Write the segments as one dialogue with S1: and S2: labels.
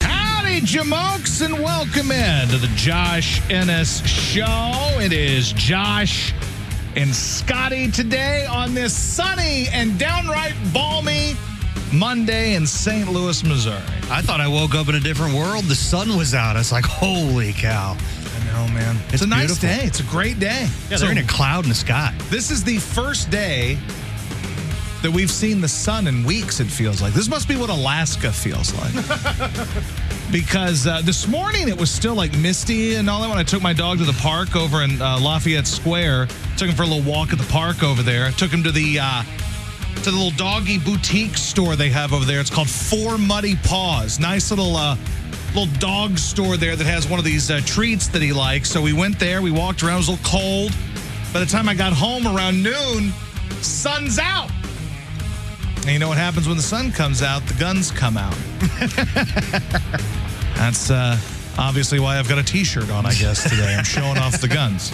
S1: Howdy, Jamokes, and welcome in to the Josh Ennis Show. It is Josh and Scotty today on this sunny and downright balmy Monday in St. Louis, Missouri.
S2: I thought I woke up in a different world. The sun was out. It's like, holy cow.
S1: I know, man. It's, a nice
S2: beautiful.
S1: day. It's a great day.
S2: Yeah,
S1: So
S2: they're in a cloud in the sky.
S1: this is the first day that we've seen the sun in weeks, it feels like. This must be what Alaska feels like. because uh, this morning it was still like misty and all that when I took my dog to the park over in uh, Lafayette Square. Took him for a little walk at the park over there. Took him to the. Uh, to the little doggy boutique store they have over there. It's called Four Muddy Paws. Nice little uh, little dog store there that has one of these uh, treats that he likes. So we went there. We walked around. It was a little cold. By the time I got home around noon, sun's out. And you know what happens when the sun comes out? The guns come out. That's uh, obviously why I've got a T-shirt on. I guess today I'm showing off the guns.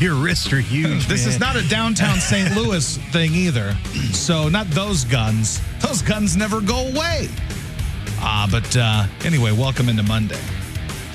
S2: Your wrists are huge.
S1: This
S2: man.
S1: is not a downtown St. Louis thing either. So not those guns. Those guns never go away. Ah, but uh, anyway, welcome into Monday.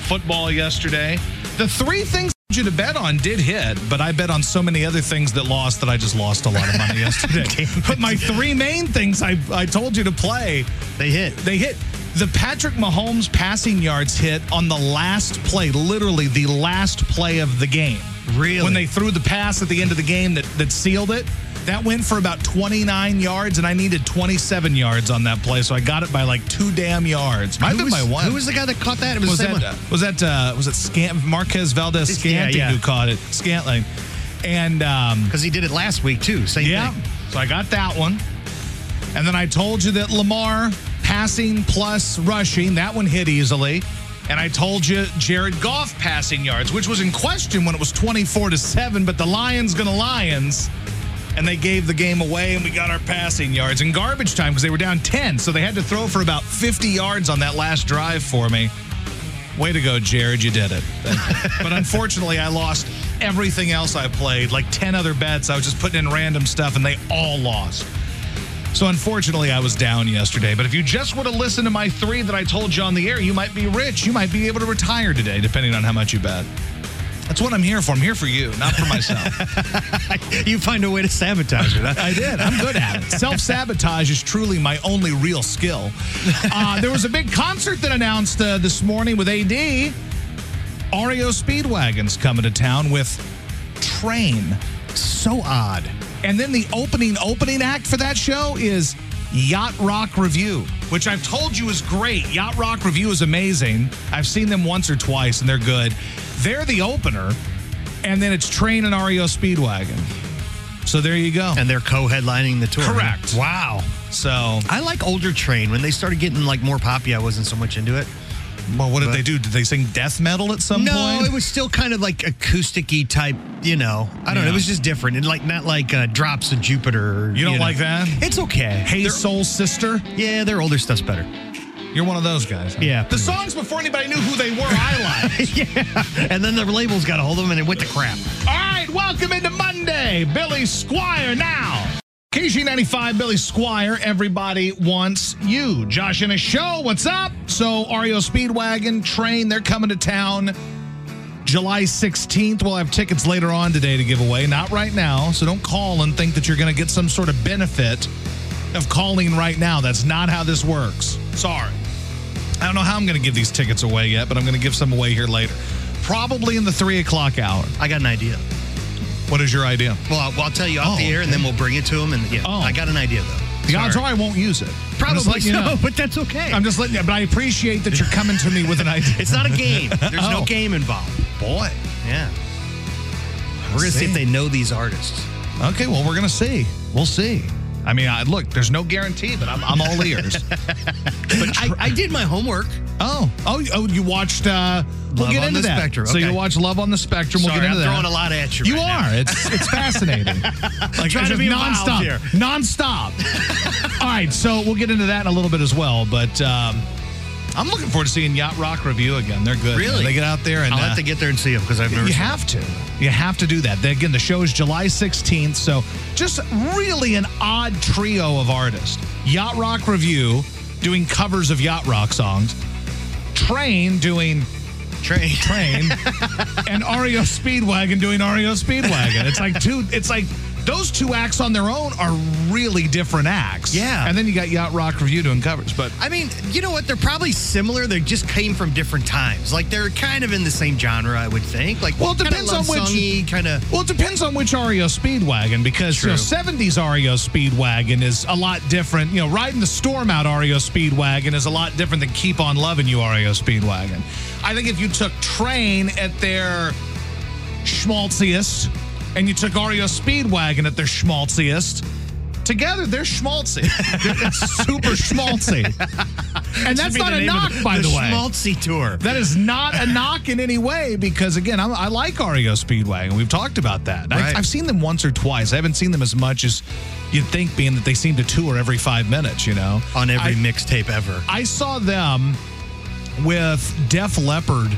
S1: Football yesterday. The three things I wanted you to bet on did hit, but I bet on so many other things that lost that I just lost a lot of money yesterday. but my three main things I, I told you to play
S2: They hit.
S1: they hit the Patrick Mahomes passing yards hit on the last play, literally the last play of the game.
S2: Really?
S1: When they threw the pass at the end of the game that, that sealed it, that went for about 29 yards, and I needed 27 yards on that play, so I got it by like two damn yards. Might have been
S2: who, was,
S1: by one.
S2: who was the guy that caught that? It was,
S1: was
S2: the same
S1: that,
S2: one.
S1: was that uh, was it Scant- Marquez Valdez
S2: Yeah,
S1: Scanting
S2: yeah.
S1: who caught it? Scantling, and um,
S2: Because he did it last week, too. Same
S1: yeah.
S2: thing.
S1: So I got that one. And then I told you that Lamar passing plus rushing, that one hit easily. And I told you Jared Goff passing yards, which was in question when it was 24 to 7, but the Lions gonna Lions. And they gave the game away, and we got our passing yards in garbage time because they were down 10. So they had to throw for about 50 yards on that last drive for me. Way to go, Jared. You did it. but unfortunately, I lost everything else I played, like 10 other bets. I was just putting in random stuff, and they all lost. So unfortunately, I was down yesterday. But if you just would have listened to my three that I told you on the air, you might be rich. You might be able to retire today, depending on how much you bet. That's what I'm here for. I'm here for you, not for myself.
S2: You find a way to sabotage it. huh?
S1: I did. I'm good at it. Self sabotage is truly my only real skill. Uh, there was a big concert that announced uh, this morning with AD. Ario Speedwagon's coming to town with Train.
S2: so odd.
S1: And then the opening opening act for that show is Yacht Rock Review, which I've told you is great. Yacht Rock Review is amazing. I've seen them once or twice and they're good. They're the opener, and then it's Train and REO Speedwagon. So there you go.
S2: And they're co-headlining the tour. huh?
S1: Correct.
S2: Wow.
S1: So
S2: I like older Train. When they started getting like more poppy, I wasn't so much into it.
S1: Well, what did
S2: But-
S1: they do? Did they sing death metal at some
S2: No,
S1: point?
S2: it was still kind of like acoustic-y type, you know. I don't know.
S1: Yeah.
S2: It was just different. And like not like uh, Drops of Jupiter.
S1: You don't like that?
S2: It's okay.
S1: hey,
S2: They're-
S1: Soul Sister.
S2: Yeah, their older stuff's better.
S1: You're one of those guys. huh?
S2: Yeah,
S1: The
S2: pretty
S1: songs before anybody knew who they were, I liked.
S2: And then the labels got a hold of them and it went to crap.
S1: All right, welcome into Monday. Billy Squire now. KG95, Billy Squire, everybody wants you. Josh in a show, what's up? So, REO Speedwagon, Train, they're coming to town July 16th. We'll have tickets later on today to give away. Not right now, so don't call and think that you're going to get some sort of benefit of calling right now. That's not how this works. Sorry. I don't know how I'm going to give these tickets away yet, but I'm going to give some away here later. Probably in the three o'clock hour.
S2: I got an idea.
S1: What is your idea?
S2: Well, I'll, well, I'll tell you off
S1: Oh,
S2: the air and then we'll bring it to them. And yeah,
S1: Oh.
S2: I got an idea though.
S1: The odds are
S2: Sorry.
S1: I won't use it. I'm just
S2: probably
S1: letting
S2: so,
S1: you know.
S2: but that's okay.
S1: I'm just letting you, but I appreciate that you're coming to me with an idea.
S2: it's not a game. There's
S1: Oh.
S2: no game involved.
S1: boy.
S2: Yeah. We're gonna see.
S1: see.
S2: if they know these artists.
S1: Okay, well, we're going to see. We'll see. I mean, I, look, there's no guarantee, but I'm, I'm all ears.
S2: I, I did my homework.
S1: oh, oh, oh, you watched. Uh, we'll
S2: Love
S1: get
S2: on
S1: into
S2: the
S1: that.
S2: Spectrum,
S1: So
S2: okay.
S1: you watch Love on the Spectrum. We'll
S2: Sorry,
S1: get
S2: I'm
S1: into that.
S2: throwing a lot at you.
S1: You
S2: right now.
S1: are. It's it's fascinating. like
S2: trying
S1: it's
S2: to
S1: just
S2: be involved
S1: nonstop,
S2: here.
S1: nonstop. All right, so we'll get into that in a little bit as well. But um, I'm looking forward to seeing Yacht Rock review again. They're good.
S2: Really?
S1: they get out there and
S2: I'll
S1: uh,
S2: have to get there and see him because I've never.
S1: you
S2: seen
S1: have to. You have to do that. Then Again, the show is July 16th, so just really an odd trio of artists. Yacht Rock Review doing covers of Yacht Rock songs, Train doing
S2: Train.
S1: Train, and REO Speedwagon doing REO Speedwagon. It's like two, it's like those two acts on their own are really different acts.
S2: Yeah.
S1: And then you got Yacht Rock Review doing covers, but
S2: I mean, you know what? They're probably similar. They just came from different times. Like they're kind of in the same genre, I would think. Like
S1: Well, it depends on which-
S2: kind of.
S1: Well, it depends on which REO Speedwagon because you know,
S2: True.
S1: 70s REO Speedwagon is a lot different. You know, riding the storm out REO Speedwagon is a lot different than keep on loving you REO Speedwagon. I think if you took Train at their schmaltziest and you took REO Speedwagon at their schmaltziest, together they're schmaltzy. They're- it's super schmaltzy. And that's not a knock, by the, way.
S2: Schmaltzy tour.
S1: That is not a knock in any way because, again, I'm, I like E REO Speedwagon. We've talked about that.
S2: Right.
S1: I, I've seen them once or twice. I haven't seen them as much as you'd think, being that they seem to tour every five minutes, you know?
S2: on every
S1: I,
S2: mixtape ever.
S1: I saw them with Def Leppard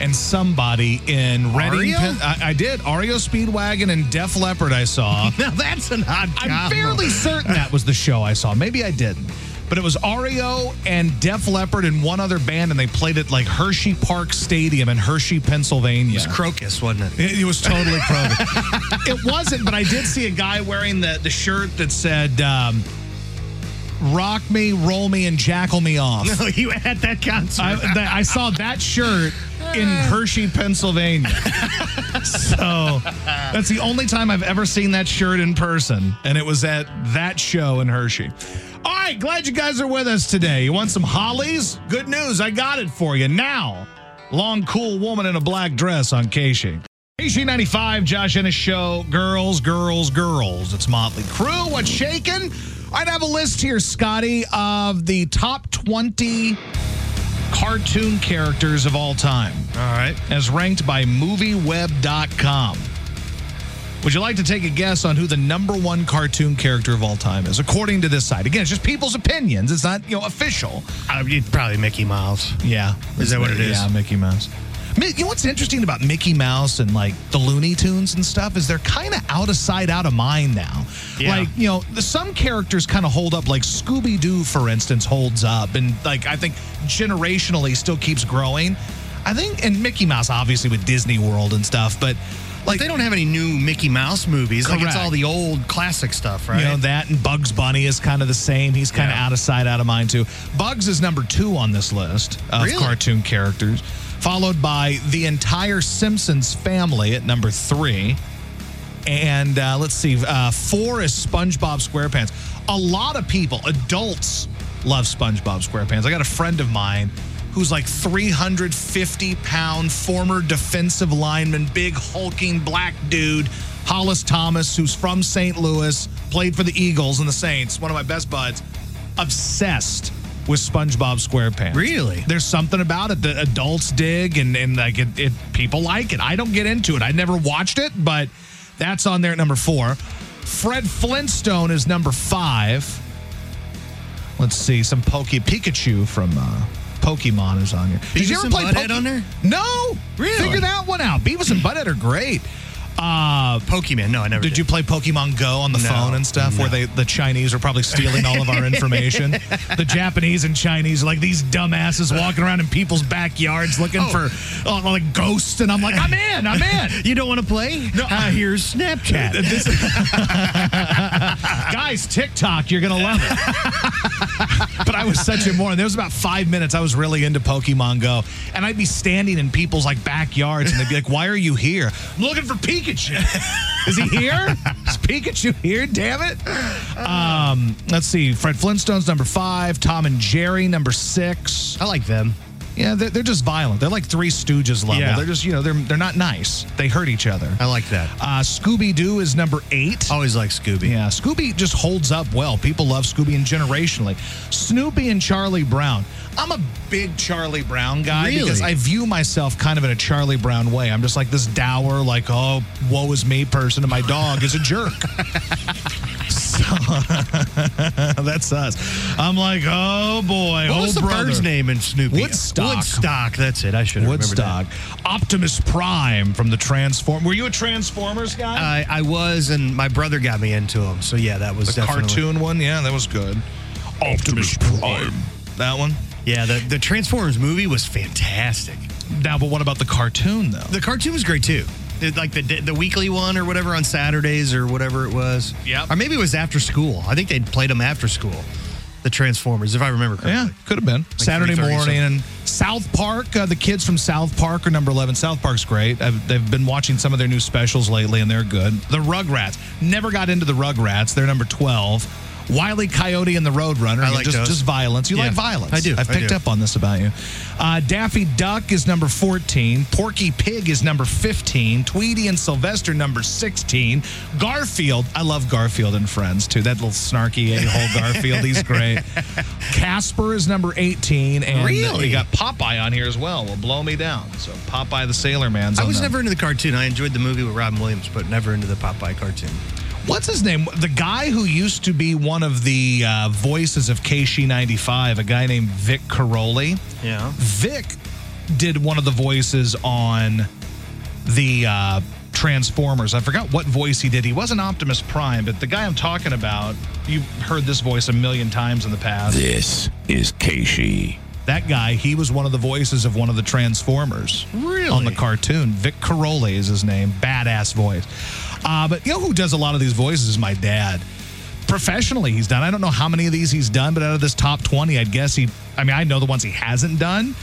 S1: and somebody in Reading.
S2: REO?
S1: Pen- I, I did. REO Speedwagon and Def Leppard I saw.
S2: Now that's an odd combo.
S1: I'm fairly certain that was the show I saw. Maybe I didn't. But it was REO and Def Leppard and one other band, and they played at like Hershey Park Stadium in Hershey, Pennsylvania.
S2: It was Crocus, wasn't it?
S1: It, it was totally Kroger. it wasn't, but I did see a guy wearing the, the shirt that said, um, Rock me, roll me, and jackal me off.
S2: No, you had that concert.
S1: I, th- I saw that shirt in Hershey, Pennsylvania. so that's the only time I've ever seen that shirt in person, and it was at that show in Hershey. All right, glad you guys are with us today. You want some hollies? Good news, I got it for you now. Long, cool woman in a black dress on KC. KC95, Josh in a show. Girls, girls, girls. It's Motley Crue. What's shaking? I'd have a list here, Scotty, of the top 20 cartoon characters of all time,
S2: All right.
S1: as ranked by MovieWeb.com. Would you like to take a guess on who the number one cartoon character of all time is, according to this site? Again, it's just people's opinions. It's not, you know, official.
S2: I mean, probably Mickey Mouse.
S1: Yeah.
S2: Is that what it is?
S1: Yeah, Mickey Mouse. Mi- You know what's interesting about Mickey Mouse and like the Looney Tunes and stuff is they're kind of out of sight, out of mind now.
S2: Yeah.
S1: Like, you know, the, some characters kind of hold up, like Scooby Doo, for instance, holds up. And like, I think generationally still keeps growing. I think, and Mickey Mouse, obviously, with Disney World and stuff, but like,
S2: They don't have any new Mickey Mouse movies. Like
S1: Correct.
S2: it's all the old classic stuff, right?
S1: You know, that and Bugs Bunny is kind of the same. He's kind of
S2: Yeah.
S1: out of sight, out of mind, too. Bugs is number two on this list of
S2: Really?
S1: cartoon characters, followed by the entire Simpsons family at number three. And uh, let's see, uh, four is SpongeBob SquarePants. A lot of people, adults, love SpongeBob SquarePants. I got a friend of mine who's like 350 pound former defensive lineman, big hulking black dude, Hollis Thomas, who's from St. Louis, played for the Eagles and the Saints, one of my best buds, obsessed with SpongeBob SquarePants.
S2: Really?
S1: There's something about it that adults dig and and like it, it people like it. I don't get into it. I never watched it, but that's on there at number four. Fred Flintstone is number five. Let's see some Pokey Pikachu from uh, Pokemon is on here.
S2: Beavis and Butthead on there?
S1: No,
S2: Really?
S1: Figure that one out. Beavis and Butthead are great. Uh,
S2: Pokemon. No, I never.
S1: did you play Pokemon Go on the
S2: No,
S1: phone and stuff? Where
S2: no.
S1: they the Chinese are probably stealing all of our information. the Japanese and Chinese are like these dumbasses walking around in people's backyards looking
S2: Oh.
S1: for uh, like ghosts, and I'm like, I'm in, I'm in.
S2: You don't want to play? No. Uh, here's Snapchat.
S1: This- Guys, TikTok, you're gonna love it. but I was such a moron. There was about five minutes I was really into Pokemon Go, and I'd be standing in people's like backyards, and they'd be like, "Why are you here? I'm looking for Pikachu. Is he here? Is Pikachu here? Damn it!" Um, let's see. Fred Flintstone's number five. Tom and Jerry number six.
S2: I like them.
S1: Yeah, they're, they're just violent. They're like Three Stooges level.
S2: Yeah.
S1: They're just, you know, they're they're not nice. They hurt each other.
S2: I like that.
S1: Uh, Scooby Doo is number eight.
S2: Always like Scooby.
S1: Oh, Yeah, Scooby just holds up well. People love Scooby and generationally. Snoopy and Charlie Brown. I'm a big Charlie Brown guy
S2: Really?
S1: because I view myself kind of in a Charlie Brown way. I'm just like this dour, like, oh, woe is me person, and my dog is a jerk. so that's us. I'm like, oh boy,
S2: What
S1: oh
S2: was the
S1: brother.
S2: bird's name in Snoopy?
S1: Woodstock.
S2: Woodstock. That's it. I should have remembered that.
S1: Woodstock, Optimus Prime from the Transform. Were you a Transformers guy?
S2: I, I was, and my brother got me into them. So yeah, that was
S1: The
S2: definitely
S1: cartoon one, yeah, that was good. Optimus Prime. That one?
S2: Yeah, the, the Transformers movie was fantastic.
S1: Now, but what about the cartoon though?
S2: The cartoon was great too. It- like the the weekly one or whatever on Saturdays or whatever it was.
S1: Yep.
S2: Or maybe it was after school. I think they played them after school. The Transformers, if I remember correctly.
S1: yeah, could have been Saturday
S2: 3:30
S1: morning
S2: something.
S1: and South Park. Uh, the kids from South Park are number eleven. South Park's great. I've, they've been watching some of their new specials lately, and they're good. The Rugrats never got into the Rugrats. They're number twelve. Wile E. Coyote and the Roadrunner.
S2: I
S1: Again,
S2: like
S1: just
S2: those.
S1: just violence. You
S2: Yeah,
S1: like violence?
S2: I do,
S1: I've
S2: I
S1: picked
S2: do.
S1: up on this about you. Uh, Daffy Duck is number fourteen. Porky Pig is number fifteen. Tweety and Sylvester number sixteen. Garfield. I love Garfield and Friends too. That little snarky a hole Garfield. He's great. Casper is number 18, and
S2: Really?
S1: we got Popeye on here as well. Will blow me down. So Popeye the Sailor Man's.
S2: I
S1: on
S2: was
S1: them.
S2: never into the cartoon. I enjoyed the movie with Robin Williams, but never into the Popeye cartoon.
S1: What's his name? The guy who used to be one of the uh, voices of KC95, a guy named Vic Caroli.
S2: Yeah.
S1: Vic did one of the voices on the uh, Transformers. I forgot what voice he did. He wasn't Optimus Prime, but the guy I'm talking about, you've heard this voice a million times in the past.
S3: This is Keishi.
S1: That guy, he was one of the voices of one of the Transformers.
S2: Really?
S1: On the cartoon. Vic Caroli is his name. Badass voice. Uh, but you know who does a lot of these voices is my dad. Professionally, he's done. I don't know how many of these he's done, but out of this top 20, I'd guess he, I mean, I know the ones he hasn't done.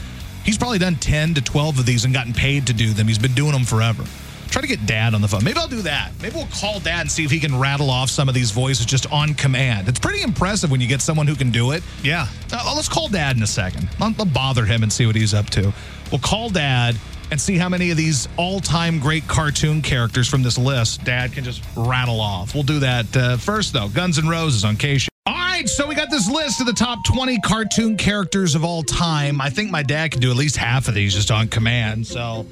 S1: He's probably done 10 to 12 of these and gotten paid to do them. He's been doing them forever. Try to get dad on the phone. Maybe I'll do that. Maybe we'll call dad and see if he can rattle off some of these voices just on command. It's pretty impressive when you get someone who can do it.
S2: Yeah.
S1: Uh, let's call dad in a second. I'll, I'll bother him and see what he's up to. We'll call dad and see how many of these all time great cartoon characters from this list dad can just rattle off. We'll do that uh, first, though. Guns N' Roses on K All right, so we got this list of the top 20 cartoon characters of all time. I think my dad can do at least half of these just on command. So,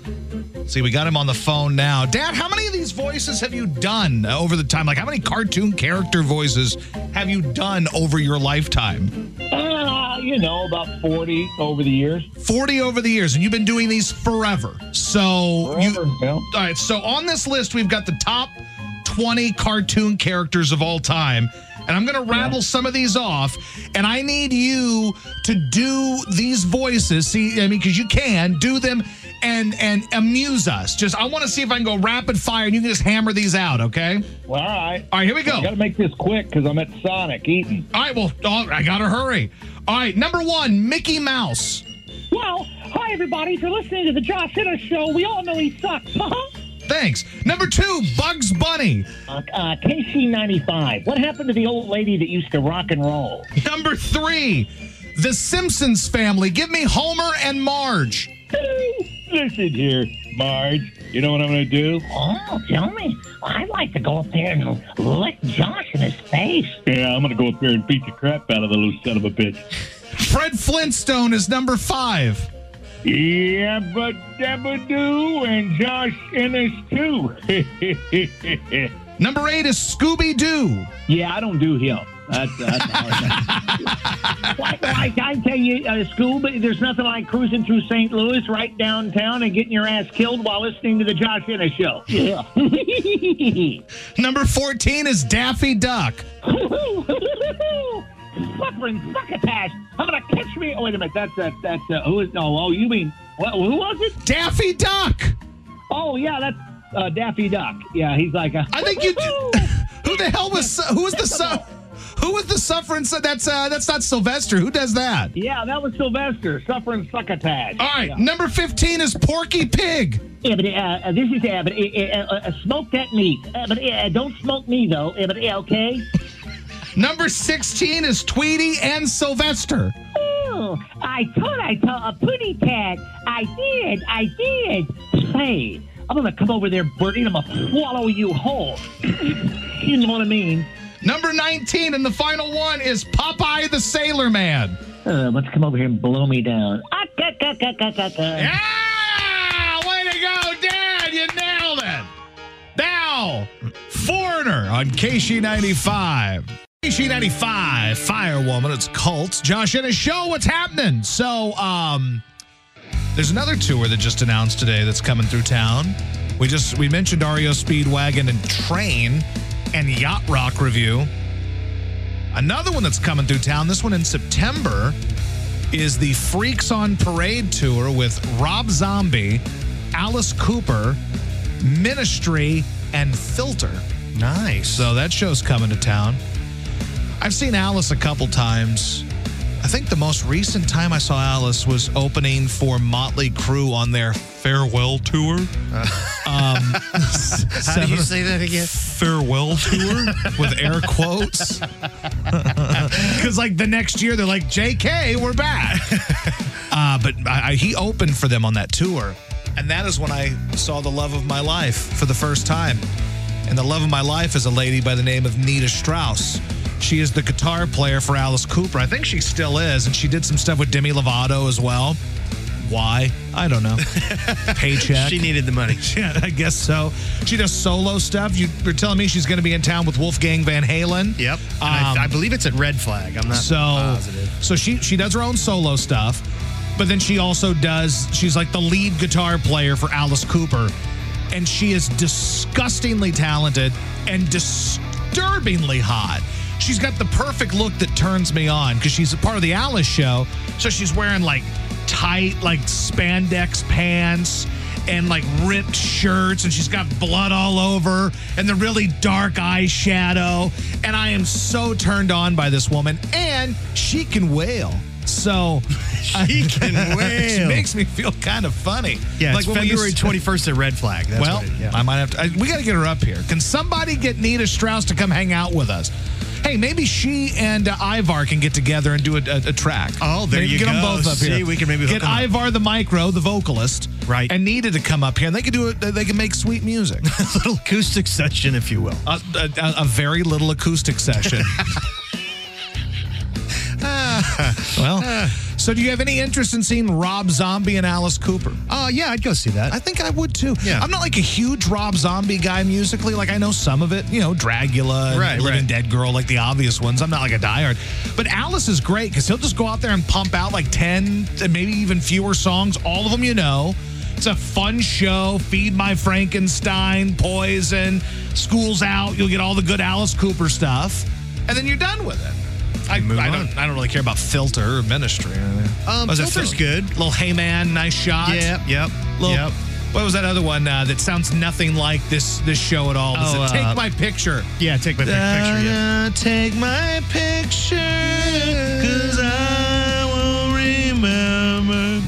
S1: see, we got him on the phone now. Dad, how many of these voices have you done uh, over the time? Like, how many cartoon character voices have you done over your lifetime?
S4: Uh, you know, about 40 over the years.
S1: 40 over the years, and you've been doing these forever. So, You,
S4: Forever,
S1: all
S4: you know?
S1: right. So, on this list, we've got the top 20 cartoon characters of all time. And I'm going to rattle some of these off. And I need you to do these voices. See, I mean, because you can do them and and amuse us. Just, I want to see if I can go rapid fire and you can just hammer these out, okay?
S4: Well, all right.
S1: All right, here we go.
S4: I got to make this quick because I'm at Sonic eating.
S1: All right, well, oh, I got to hurry. All right, number one, Mickey Mouse.
S5: Well, hi everybody. If you're listening to the Josh Hitter Show, we all know he sucks.
S1: Thanks. Number two, Bugs Bunny.
S5: uh, uh, KC95. What happened to the old lady that used to rock and roll?
S1: Number three, The Simpsons Family. Give me Homer and Marge.
S4: Listen here, Marge. You know what I'm going to do?
S5: Oh, tell me. I'd like to go up there and lick Josh in his face.
S4: Yeah, I'm going to go up there and beat the crap out of the little son of a bitch.
S1: Fred Flintstone is number five.
S4: Yeah, but Dabadoo and Josh Ennis, too.
S1: Number eight is Scooby Doo.
S4: yeah, I don't do him. That's, that's hard.
S5: Why, why, I tell you, uh, school, but there's nothing like cruising through St. Louis right downtown and getting your ass killed while listening to the Josh Hitter Show. Yeah.
S1: Number 14 is Daffy Duck.
S5: Suffering succotash.
S4: I'm going to catch me. Oh, wait a minute. That's, that's, that's, uh, who is, no, oh, you mean, what, who was it?
S1: Daffy Duck.
S4: Oh, yeah, that's uh, Daffy Duck. Yeah, he's like, a,
S1: I think you. who the hell was. Who was the su- Who was the suffering? Su- that's uh, that's not Sylvester. Who does that?
S4: yeah, that was Sylvester, suffering succotash.
S1: All right. Number 15 is Porky Pig.
S5: Yeah, but uh, uh, this is uh, but, uh, uh, uh, smoke that meat. Uh, but uh, don't smoke me though. Uh, but uh, okay.
S1: Number 16 is Tweety and Sylvester.
S5: Ooh, Oh, I thought I saw a putty cat. I did. I did. Say, I'm gonna come over there, Bertie, and I'm gonna swallow you whole. you know what I mean?
S1: Number 19 and the final one is Popeye the Sailor Man.
S5: Uh, let's come over here and blow me down. Ah, ca, ca, ca, ca, ca, ca.
S1: Yeah! Way to go, Dad! You nailed it! Now, Foreigner on KC95. KC95, Firewoman, it's Cults. Josh in a show, what's happening? So, um, there's another tour that just announced today that's coming through town. We just, we mentioned REO Speedwagon and Train and Yacht Rock Review. Another one that's coming through town, this one in September, is the Freaks on Parade tour with Rob Zombie, Alice Cooper, Ministry, and Filter.
S2: Nice.
S1: So that show's coming to town. I've seen Alice a couple times. I think the most recent time I saw Alice was opening for Motley Crue on their farewell tour. um,
S2: How do you say that again?
S1: farewell tour with air quotes. Because, like, the next year they're like, JK, we're back. uh, but I, I, he opened for them on that tour. And that is when I saw the love of my life for the first time. And the love of my life is a lady by the name of Nita Strauss. She is the guitar player for Alice Cooper. I think she still is. And she did some stuff with Demi Lovato as well. Why? I don't know. Paycheck.
S2: She needed the money.
S1: Yeah, I guess so. She does solo stuff. You, you're telling me she's going to be in town with Wolfgang Van Halen.
S2: Yep. And
S1: Um,
S2: I, I believe it's at Red Flag. I'm not
S1: So,
S2: positive.
S1: so she she does her own solo stuff, but then she also does. She's like the lead guitar player for Alice Cooper, and she is disgustingly talented and disturbingly hot. She's got the perfect look that turns me on because she's a part of the Alice show. So she's wearing like tight like spandex pants and like ripped shirts and she's got blood all over and the really dark eyeshadow and I am so turned on by this woman and she can wail. So
S2: She can
S1: she
S2: wail.
S1: makes me feel kind of funny.
S2: yeah, it's
S1: when we
S2: February
S1: used-
S2: 21st at Red Flag. That's
S1: well,
S2: what it- yeah.
S1: I might have to. I, we got to get her up here. Can somebody get Nita Strauss to come hang out with us? Hey, maybe she and uh, Ivar can get together and do a, a, a track.
S2: Oh, there
S1: maybe
S2: you
S1: get them
S2: go.
S1: both up
S2: See,
S1: here.
S2: we can maybe
S1: get
S2: hook 'em up.
S1: Ivar the micro, the vocalist,
S2: Right.
S1: and Nita to come up here, and they can do it. They can make sweet music.
S2: a little acoustic session, if you will.
S1: a, a, a- a very little acoustic session. well,
S2: Ah.
S1: so do you have any interest in seeing Rob Zombie and Alice Cooper?
S2: Oh, yeah, I'd go see that.
S1: I think I would too.
S2: Yeah.
S1: I'm not like a huge Rob Zombie guy musically. Like I know some of it, you know, Dracula, and
S2: Right,
S1: Living
S2: right.
S1: Dead Girl, like the obvious ones. I'm not like a diehard. But Alice is great because he'll just go out there and pump out like 10 and maybe even fewer songs, all of them you know. It's a fun show. Feed My Frankenstein, Poison, School's Out. You'll get all the good Alice Cooper stuff. And then you're done with it. I,
S2: Move
S1: I
S2: on.
S1: don't I don't really care about filter or ministry or anything.
S2: Um,
S1: Was it
S2: Filter's
S1: Fil-
S2: good.
S1: Little Hey Man, nice shot.
S2: yep, yep,
S1: Little,
S2: yep.
S1: What was that other one uh, that sounds nothing like this this show at all? Was
S2: Oh,
S1: it Take
S2: uh,
S1: My Picture?
S2: Yeah, take my pic- picture. Yeah.
S1: Take my picture, cause I will remember.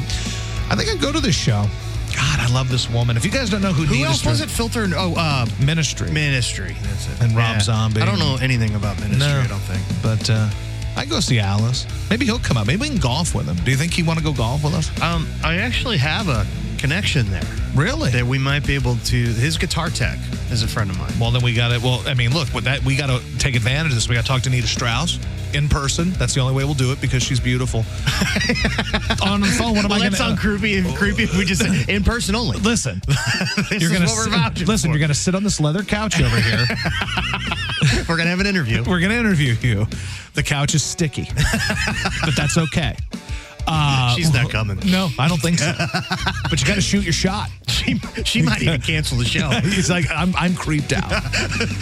S1: I think I'd go to this show. God, I love this woman. If you guys don't know who,
S2: Who
S1: Nina
S2: else
S1: Stern-
S2: was it? Filter? Oh, uh,
S1: Ministry.
S2: Ministry. That's it.
S1: And Rob
S2: Yeah.
S1: Zombie.
S2: I don't know anything about Ministry,
S1: No.
S2: I don't think.
S1: But uh, I'd go see Alice. Maybe he'll come up. Maybe we can golf with him. Do you think he'd want to go golf with us?
S2: Um, I actually have a connection there
S1: Really?
S2: that we might be able to. His guitar tech is a friend of mine.
S1: Well, then we got to. Well, I mean, look, with that, we got to take advantage of this. We got to talk to Nita Strauss in person. That's the only way we'll do it because she's beautiful. on the phone, what am I
S2: Well,
S1: going
S2: that
S1: to
S2: sound creepy and creepy if we just said in person only.
S1: Listen,
S2: This
S1: you're
S2: is
S1: gonna
S2: what we're
S1: sit-
S2: vouching
S1: listen.
S2: for.
S1: You're gonna sit on this leather couch over here.
S2: We're gonna have an interview.
S1: We're gonna interview you. The couch is sticky, but that's okay. Uh,
S2: She's not coming.
S1: No, I don't think so. but you got to shoot your shot.
S2: She, she might even cancel the show.
S1: He's like, I'm, I'm creeped out.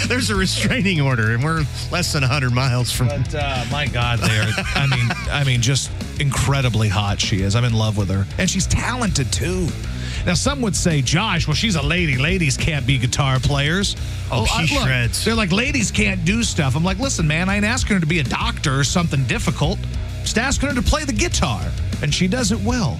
S2: There's a restraining order, and we're less than 100 miles from.
S1: But uh, my God, they are. I mean, I mean, just incredibly hot she is. I'm in love with her, and she's talented too. Now, some would say, Josh, well, she's a lady. Ladies can't be guitar players.
S2: Oh, she
S1: look,
S2: shreds.
S1: They're like, ladies can't do stuff. I'm like, listen, man, I ain't asking her to be a doctor or something difficult. Just asking her to play the guitar, and she does it well.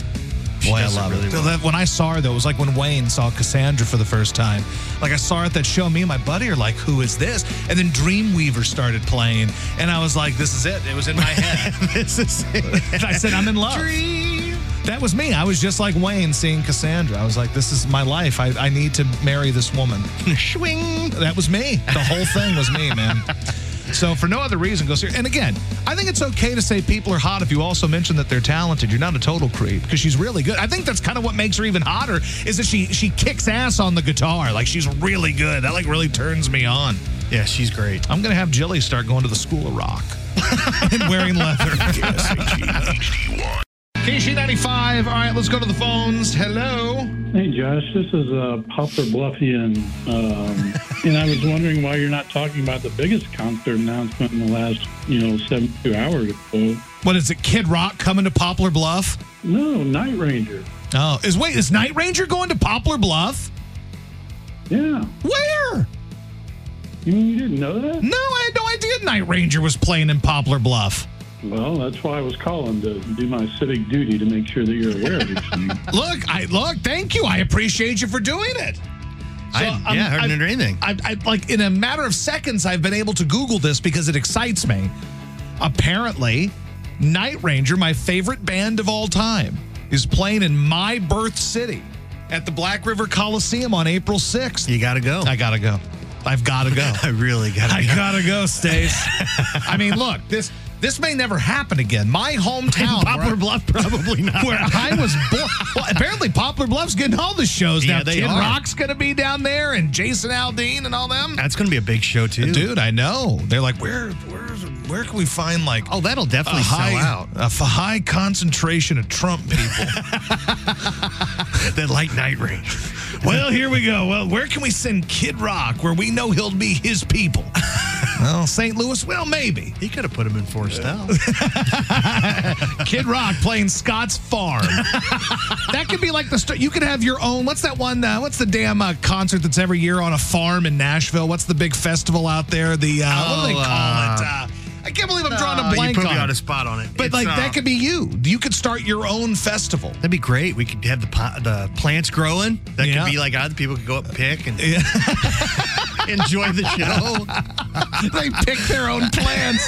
S2: She
S1: Boy, I
S2: does it
S1: love
S2: really
S1: it.
S2: well.
S1: That- When I saw her, though, it was like when Wayne saw Cassandra for the first time. Like I saw her at that show. Me and my buddy are like, "Who is this?" And then Dreamweaver started playing, and I was like, "This is it." It was in my head.
S2: this is
S1: and I said, "I'm in love."
S2: dream.
S1: That was me. I was just like Wayne seeing Cassandra. I was like, "This is my life. I, I need to marry this woman."
S2: Swing.
S1: That was me. The whole thing was me, man. So for no other reason, go see. her. And again, I think it's okay to say people are hot if you also mention that they're talented. You're not a total creep because she's really good. I think that's kind of what makes her even hotter is that she she kicks ass on the guitar. Like she's really good. That like really turns me on.
S2: Yeah, she's great.
S1: I'm gonna have Jilly start going to the School of Rock and wearing leather.
S3: KSHE
S1: KC 95. All right, let's go to the phones. Hello.
S6: Hey, Josh, this is uh, Popper Bluffian. Um, and I was wondering why you're not talking about the biggest concert announcement in the last, you know, 72 hours or so.
S1: What is it? Kid Rock coming to Poplar Bluff?
S6: No, Night Ranger.
S1: Oh, is wait is Night Ranger going to Poplar Bluff?
S6: Yeah.
S1: Where?
S6: You mean you didn't know that?
S1: No, I had no idea Night Ranger was playing in Poplar Bluff.
S6: Well, that's why I was calling to do my civic duty to make sure that you're aware of these things.
S1: Look, I look. Thank you. I appreciate you for doing it.
S2: I
S1: So,
S2: hadn't-
S1: I'm-
S2: yeah, um, I
S1: I'm-
S2: haven't heard anything.
S1: I, I like in a matter of seconds, I've been able to Google this because it excites me. Apparently, Night Ranger, my favorite band of all time, is playing in my birth city at the Black River Coliseum on April sixth.
S2: You gotta go.
S1: I gotta go. I've gotta go.
S2: I really gotta
S1: I
S2: go.
S1: gotta go, Stace. I mean, look, this this may never happen again. My hometown, where I-
S2: Poplar Bluff, probably not.
S1: where I was born. Well, apparently, Poplar Bluff's getting all the shows
S2: Yeah,
S1: now.
S2: they
S1: Kid
S2: are.
S1: Rock's gonna be down there, and Jason Aldean and all them.
S2: That's gonna be a big show too,
S1: Dude, I know. They're like, where, where, where can we find like
S2: Oh, that'll definitely sell out.
S1: a f- high concentration of Trump people?
S2: That light night range.
S1: well, here we go. Well, where can we send Kid Rock where we know he'll be his people? well, St. Louis. Well, maybe.
S2: He could have put him in forced out.
S1: Kid Rock playing Scott's Farm. that could be like the st- you could have your own. What's that one? Uh, what's the damn uh, concert that's every year on a farm in Nashville? What's the big festival out there? The uh, what do they
S2: Oh,
S1: call
S2: uh,
S1: it? Uh, I can't believe I'm drawing
S2: Uh,
S1: a blank
S2: you put
S1: on
S2: me on
S1: it.
S2: a spot on it.
S1: But
S2: It's,
S1: like
S2: uh,
S1: that could be you. You could start your own festival.
S2: That'd be great. We could have the po- the plants growing. That
S1: Yeah.
S2: could be like other people could go up and pick and enjoy the show.
S1: they pick their own plants.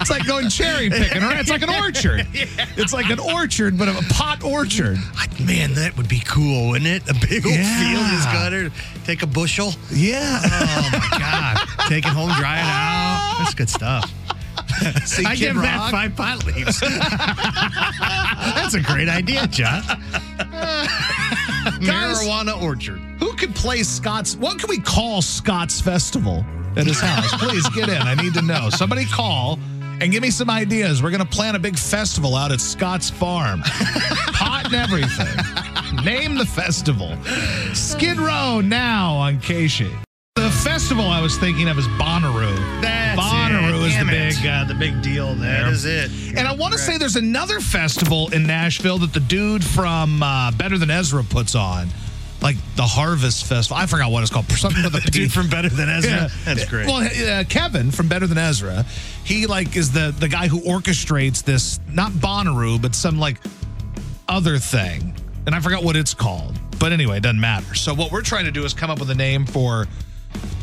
S1: it's like going cherry picking, right? It's like an orchard. It's like an orchard, but a pot orchard.
S2: I- Man, that would be cool, wouldn't it? A big old field is
S1: Yeah.
S2: gutter. Take a bushel.
S1: Yeah.
S2: Oh my god! Take it home, dry it out. That's good stuff.
S1: See,
S2: I
S1: Kid
S2: give that
S1: Rock?
S2: five pot leaves. That's a great idea, Josh. Marijuana orchard.
S1: Who could play Scott's? What can we call Scott's festival at his house? Please get in. I need to know. Somebody call and give me some ideas. We're going to plan a big festival out at Scott's farm. Hot and everything. Name the festival. Skid Row now on Keishi. The festival I was thinking of is Bonnaroo.
S2: That's
S1: Bonnaroo
S2: it.
S1: is the
S2: Damn
S1: big
S2: it.
S1: uh, the big deal there.
S2: That is it.
S1: And I want to say there's another festival in Nashville that the dude from uh, Better Than Ezra puts on, like the Harvest Festival. I forgot what it's called. Something with a P.
S2: dude from Better Than Ezra.
S1: Yeah.
S2: That's great.
S1: Well, uh, Kevin from Better Than Ezra, he like is the the guy who orchestrates this, not Bonnaroo, but some like other thing, and I forgot what it's called. But anyway, it doesn't matter. So what we're trying to do is come up with a name for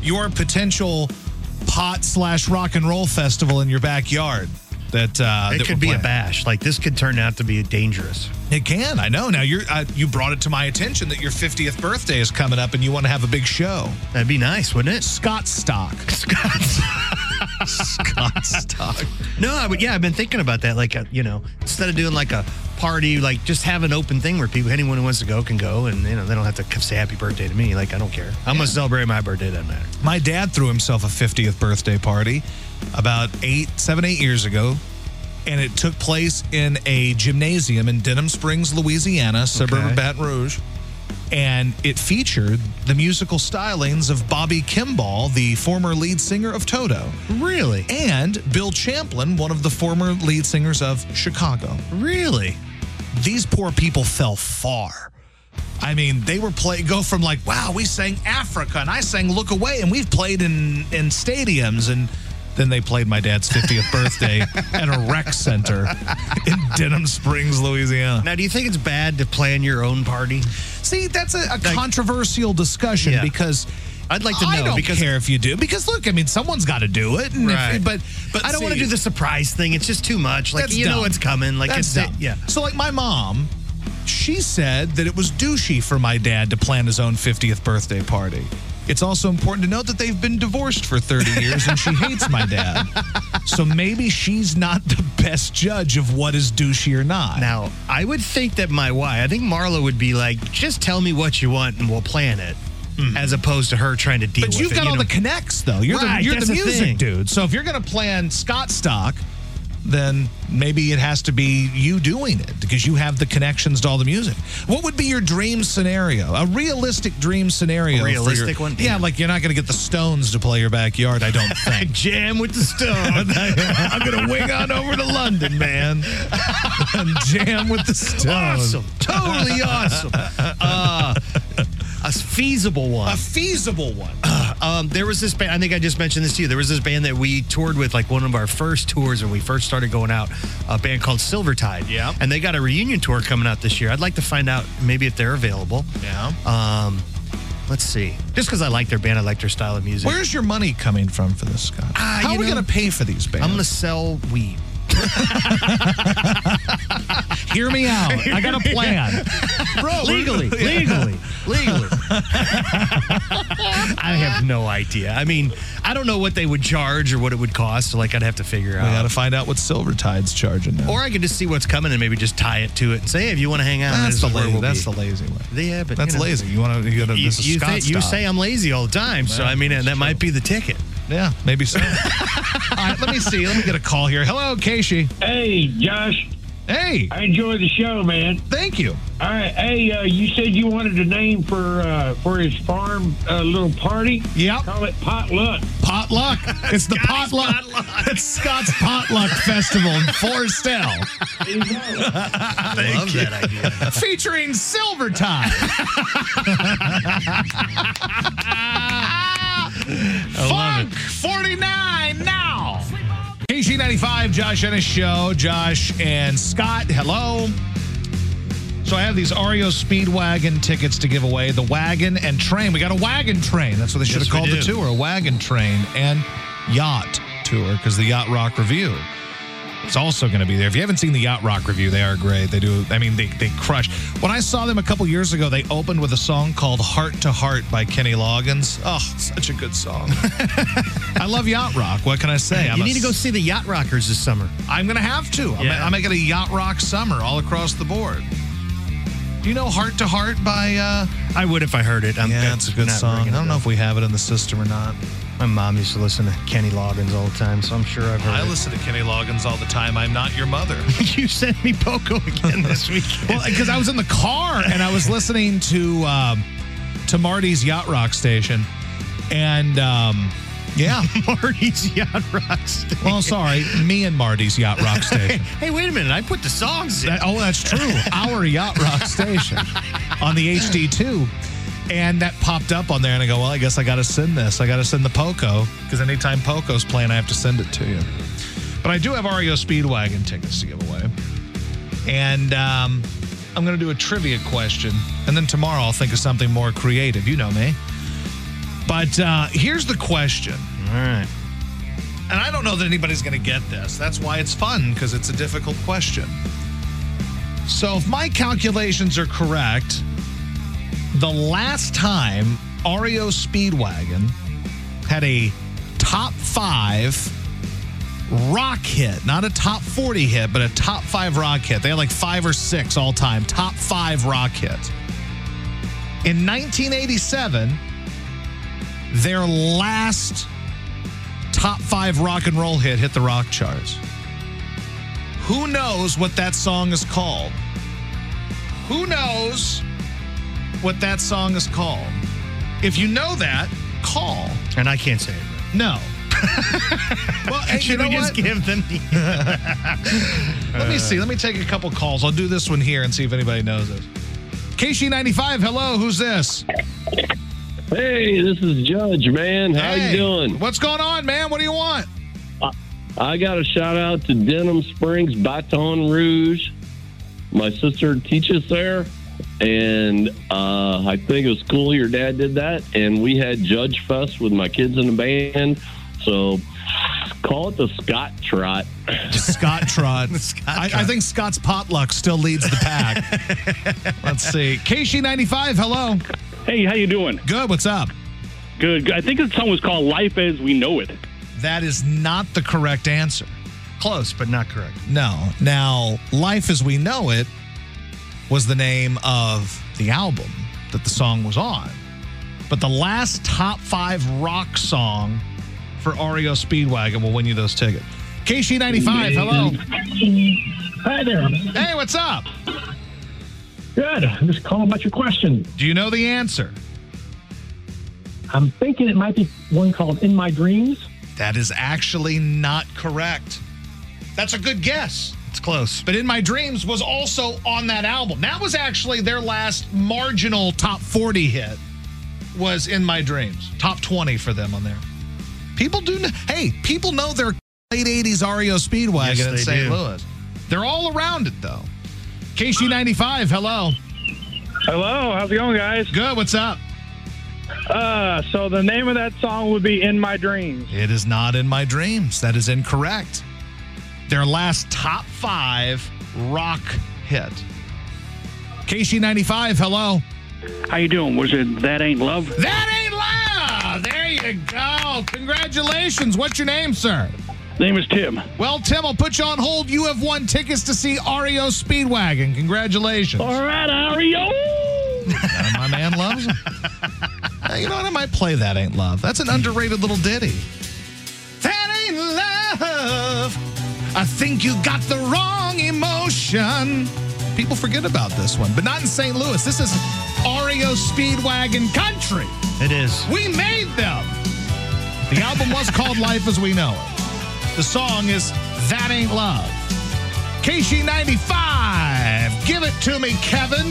S1: your potential pot slash rock and roll festival in your backyard. That uh,
S2: it
S1: that
S2: could
S1: we're
S2: be a
S1: planning.
S2: bash. Like this could turn out to be dangerous.
S1: It can. I know. Now you're uh, you brought it to my attention that your 50th birthday is coming up and you want to have a big show.
S2: That'd be nice, wouldn't it?
S1: Scott Stock. Scott Stock.
S2: No, I would. Yeah, I've been thinking about that. Like, uh, you know, instead of doing like a party, like just have an open thing where people, anyone who wants to go, can go, and you know, they don't have to c- say happy birthday to me. Like, I don't care. I'm gonna celebrate my birthday. Doesn't matter.
S1: My dad threw himself a 50th birthday party about eight, seven, eight years ago. And it took place in a gymnasium in Denham Springs, Louisiana, suburb
S2: Okay.
S1: of Baton Rouge. And it featured the musical stylings of Bobby Kimball, the former lead singer of Toto.
S2: Really,
S1: and Bill Champlin, one of the former lead singers of Chicago.
S2: really.
S1: These poor people fell far. I mean, they were play go from like, wow, we sang Africa and I sang Look Away and we've played in in stadiums and Then they played my dad's 50th birthday at a rec center in Denham Springs, Louisiana.
S2: Now, do you think it's bad to plan your own party?
S1: See, that's a, a controversial discussion
S2: Yeah.
S1: because
S2: I'd like to
S1: I
S2: know,
S1: don't
S2: because-
S1: care if you do because look, I mean, someone's got to do it, and if-
S2: Right.
S1: but but
S2: I don't want to
S1: see,
S2: do the surprise thing. It's just too much. Like
S1: that's
S2: you know
S1: dumb.
S2: what's coming. Like
S1: That's
S2: it's
S1: dumb.
S2: yeah.
S1: So like my mom, she said that it was douchey for my dad to plan his own 50th birthday party. It's also important to note that they've been divorced for 30 years and she hates my dad. So maybe she's not the best judge of what is douchey or not.
S2: Now, I would think that my wife, I think Marla would be like, just tell me what you want and we'll plan it, as opposed to her trying to deal
S1: Mm-hmm. But
S2: with
S1: you've
S2: it.
S1: got
S2: you
S1: all
S2: know?
S1: the connects, though. You're
S2: Right,
S1: the you're
S2: that's
S1: the
S2: the
S1: music
S2: thing.
S1: dude. So if you're gonna plan Scott Stock, then maybe it has to be you doing it because you have the connections to all the music. What would be your dream scenario? A realistic dream scenario. for your-
S2: Realistic one?
S1: Yeah,
S2: Damn.
S1: like you're not gonna get the Stones to play your backyard. I don't think.
S2: jam with the stone.
S1: I'm gonna wing on over to London, man, and jam with the Stones.
S2: awesome. Totally awesome. Uh, a feasible one.
S1: A feasible one.
S2: Um, there was this band. I think I just mentioned this to you. There was this band that we toured with, like one of our first tours when we first started going out. A band called Silvertide.
S1: Yeah.
S2: And they got a reunion tour coming out this year. I'd like to find out maybe if they're available.
S1: Yeah.
S2: Um, let's see. Just because I like their band, I like their style of music.
S1: Where's your money coming from for this, Scott? How
S2: Ah, you
S1: are we
S2: know-
S1: gonna pay for these bands?
S2: I'm gonna sell weed.
S1: Hear me out. I got a plan. Bro,
S2: legally, legally, legally. I have no idea. I mean, I don't know what they would charge or what it would cost. So, like, I'd have to figure
S1: We got
S2: out.
S1: to find out what Silver Tide's charging now.
S2: or I could just see what's coming and maybe just tie it to it and say, hey, if you want to hang out,
S1: that's
S2: this
S1: the
S2: is where
S1: lazy.
S2: we'll
S1: That's
S2: be.
S1: the lazy way.
S2: Yeah, but
S1: That's
S2: you know,
S1: lazy. You want to. You got to.
S2: You,
S1: This is
S2: you,
S1: Scott
S2: thi- you
S1: style.
S2: say I'm lazy all the time, so
S1: Yeah,
S2: I mean,
S1: that's
S2: and that might
S1: true.
S2: be the ticket.
S1: Yeah, maybe so. All right, let me see. Let me get a call here. Hello, Casey.
S4: Hey, Josh,
S1: Hey,
S4: I enjoyed the show, man.
S1: thank you.
S4: All right, hey, uh, you said you wanted a name for uh, for his farm uh, little party.
S1: Yep.
S4: Call it potluck.
S1: Potluck. It's the potluck. It's Scott's Potluck Festival in Forestell,
S4: There you go.
S2: I love that idea.
S1: featuring Silver Tide. Funk 49 now. KG95, Josh Ennis Show, Josh and Scott, hello. So I have these Ario Speedwagon tickets to give away. The wagon and train. We got a wagon train. That's what they should
S2: Yes,
S1: have called
S2: we
S1: the
S2: do.
S1: tour. A wagon train and yacht tour because the Yacht Rock Review is also going to be there. If you haven't seen the Yacht Rock Review, they are great. They do. I mean, they they crush. When I saw them a couple years ago, they opened with a song called "Heart to Heart" by Kenny Loggins. Oh, such a good song. I love Yacht Rock. What can I say? I'm
S2: you
S1: a
S2: need to go see the Yacht Rockers this summer.
S1: I'm going to have to. I'm-
S2: Yeah.
S1: I'm, making a yacht rock summer all across the board. Do you know Heart to Heart by. Uh,
S2: I would if I heard it. I'm
S1: yeah,
S2: I'm
S1: it's a good
S2: not
S1: song. I
S2: bringing it
S1: don't know
S2: up.
S1: if we have it in the system or not.
S2: My mom used to listen to Kenny Loggins all the time, so I'm sure I've heard.
S1: I
S2: it.
S1: listen to Kenny Loggins all the time. I'm not your mother.
S2: you sent me Poco again this weekend.
S1: well, because I was in the car and I was listening to um, to Marty's Yacht Rock station. And um, yeah.
S2: Marty's Yacht Rocks.
S1: Well, sorry. Me and Marty's Yacht Rock station.
S2: Hey, wait a minute. I put the songs in.
S1: That- oh, that's true. Our Yacht Rock station on the HD2. And that popped up on there, and I go, well, I guess I got to send this. I got to send the Poco because anytime Poco's playing, I have to send it to you. But I do have REO Speedwagon tickets to give away. And um, I'm going to do a trivia question. And then tomorrow I'll think of something more creative. You know me. But uh, here's the question
S2: All right.
S1: and I don't know that anybody's going to get this. That's why it's fun because it's a difficult question. So, if my calculations are correct, the last time REO Speedwagon had a top five rock hit, not a top 40 hit, but a top five rock hit. They had like five or six all time, top five rock hits. In 1987, their last top five rock and roll hit hit the rock charts. Who knows what that song is called? Who knows what that song is called? If you know that, call.
S2: And I can't say it.
S1: No. well, hey, you
S2: Should
S1: know
S2: we just
S1: what?
S2: give them the.
S1: Let me see. Let me take a couple calls. I'll do this one here and see if anybody knows it. KC95, hello. Who's this?
S7: Hey, this is Judge, man. How
S1: Hey,
S7: you doing?
S1: What's going on, man? What do you want?
S7: I got a shout out to Denham Springs Baton Rouge. My sister teaches there, and uh, I think it was cool your dad did that. And we had Judge Fest with my kids in the band. So call it the Scott Trot.
S1: Scott Trot.
S2: Scott
S1: I, I
S2: Trot.
S1: think Scott's potluck still leads the pack. Let's see. KC95, hello.
S8: Hey, how you doing?
S1: Good, what's up?
S8: Good. good. I think the song was called "Life as We Know It."
S1: That is not the correct answer.
S2: Close, but not correct.
S1: No. Now, Life as We Know It was the name of the album that the song was on. But the last top five rock song for REO Speedwagon will win you those tickets. KC95, hello.
S4: Hi there.
S1: Hey, what's up?
S4: Good. I'm just calling about your question.
S1: Do you know the answer?
S4: I'm thinking it might be one called In My Dreams.
S1: That is actually not correct. That's a good guess.
S2: It's close.
S1: But In My Dreams was also on that album. That was actually their last marginal top 40 hit was In My Dreams. Top 20 for them on there. People do know, hey, people know their late 80s REO Speedwagon
S2: Yes,
S1: in
S2: they
S1: St.
S2: do.
S1: Louis. They're all around it though. KC95, hello.
S8: Hello, how's it going, guys?
S1: Good, what's up?
S8: Uh, so the name of that song would be "In My Dreams."
S1: It is not in my dreams. That is incorrect. Their last top five rock hit. KC95, hello.
S8: How you doing? Was it "That Ain't Love"?
S1: That ain't loud. There you go. Congratulations. What's your name, sir?
S8: Name is Tim.
S1: Well, Tim, I'll put you on hold. You have won tickets to see REO Speedwagon. Congratulations.
S8: All right, Ario.
S1: And my man loves him. Uh, you know what? I might play That Ain't Love. That's an underrated little ditty. That ain't love. I think you got the wrong emotion. People forget about this one, but not in St. Louis. This is REO Speedwagon country.
S2: It is.
S1: We made them. The album was called Life as We Know It. The song is That Ain't Love. KC95, give it to me, Kevin.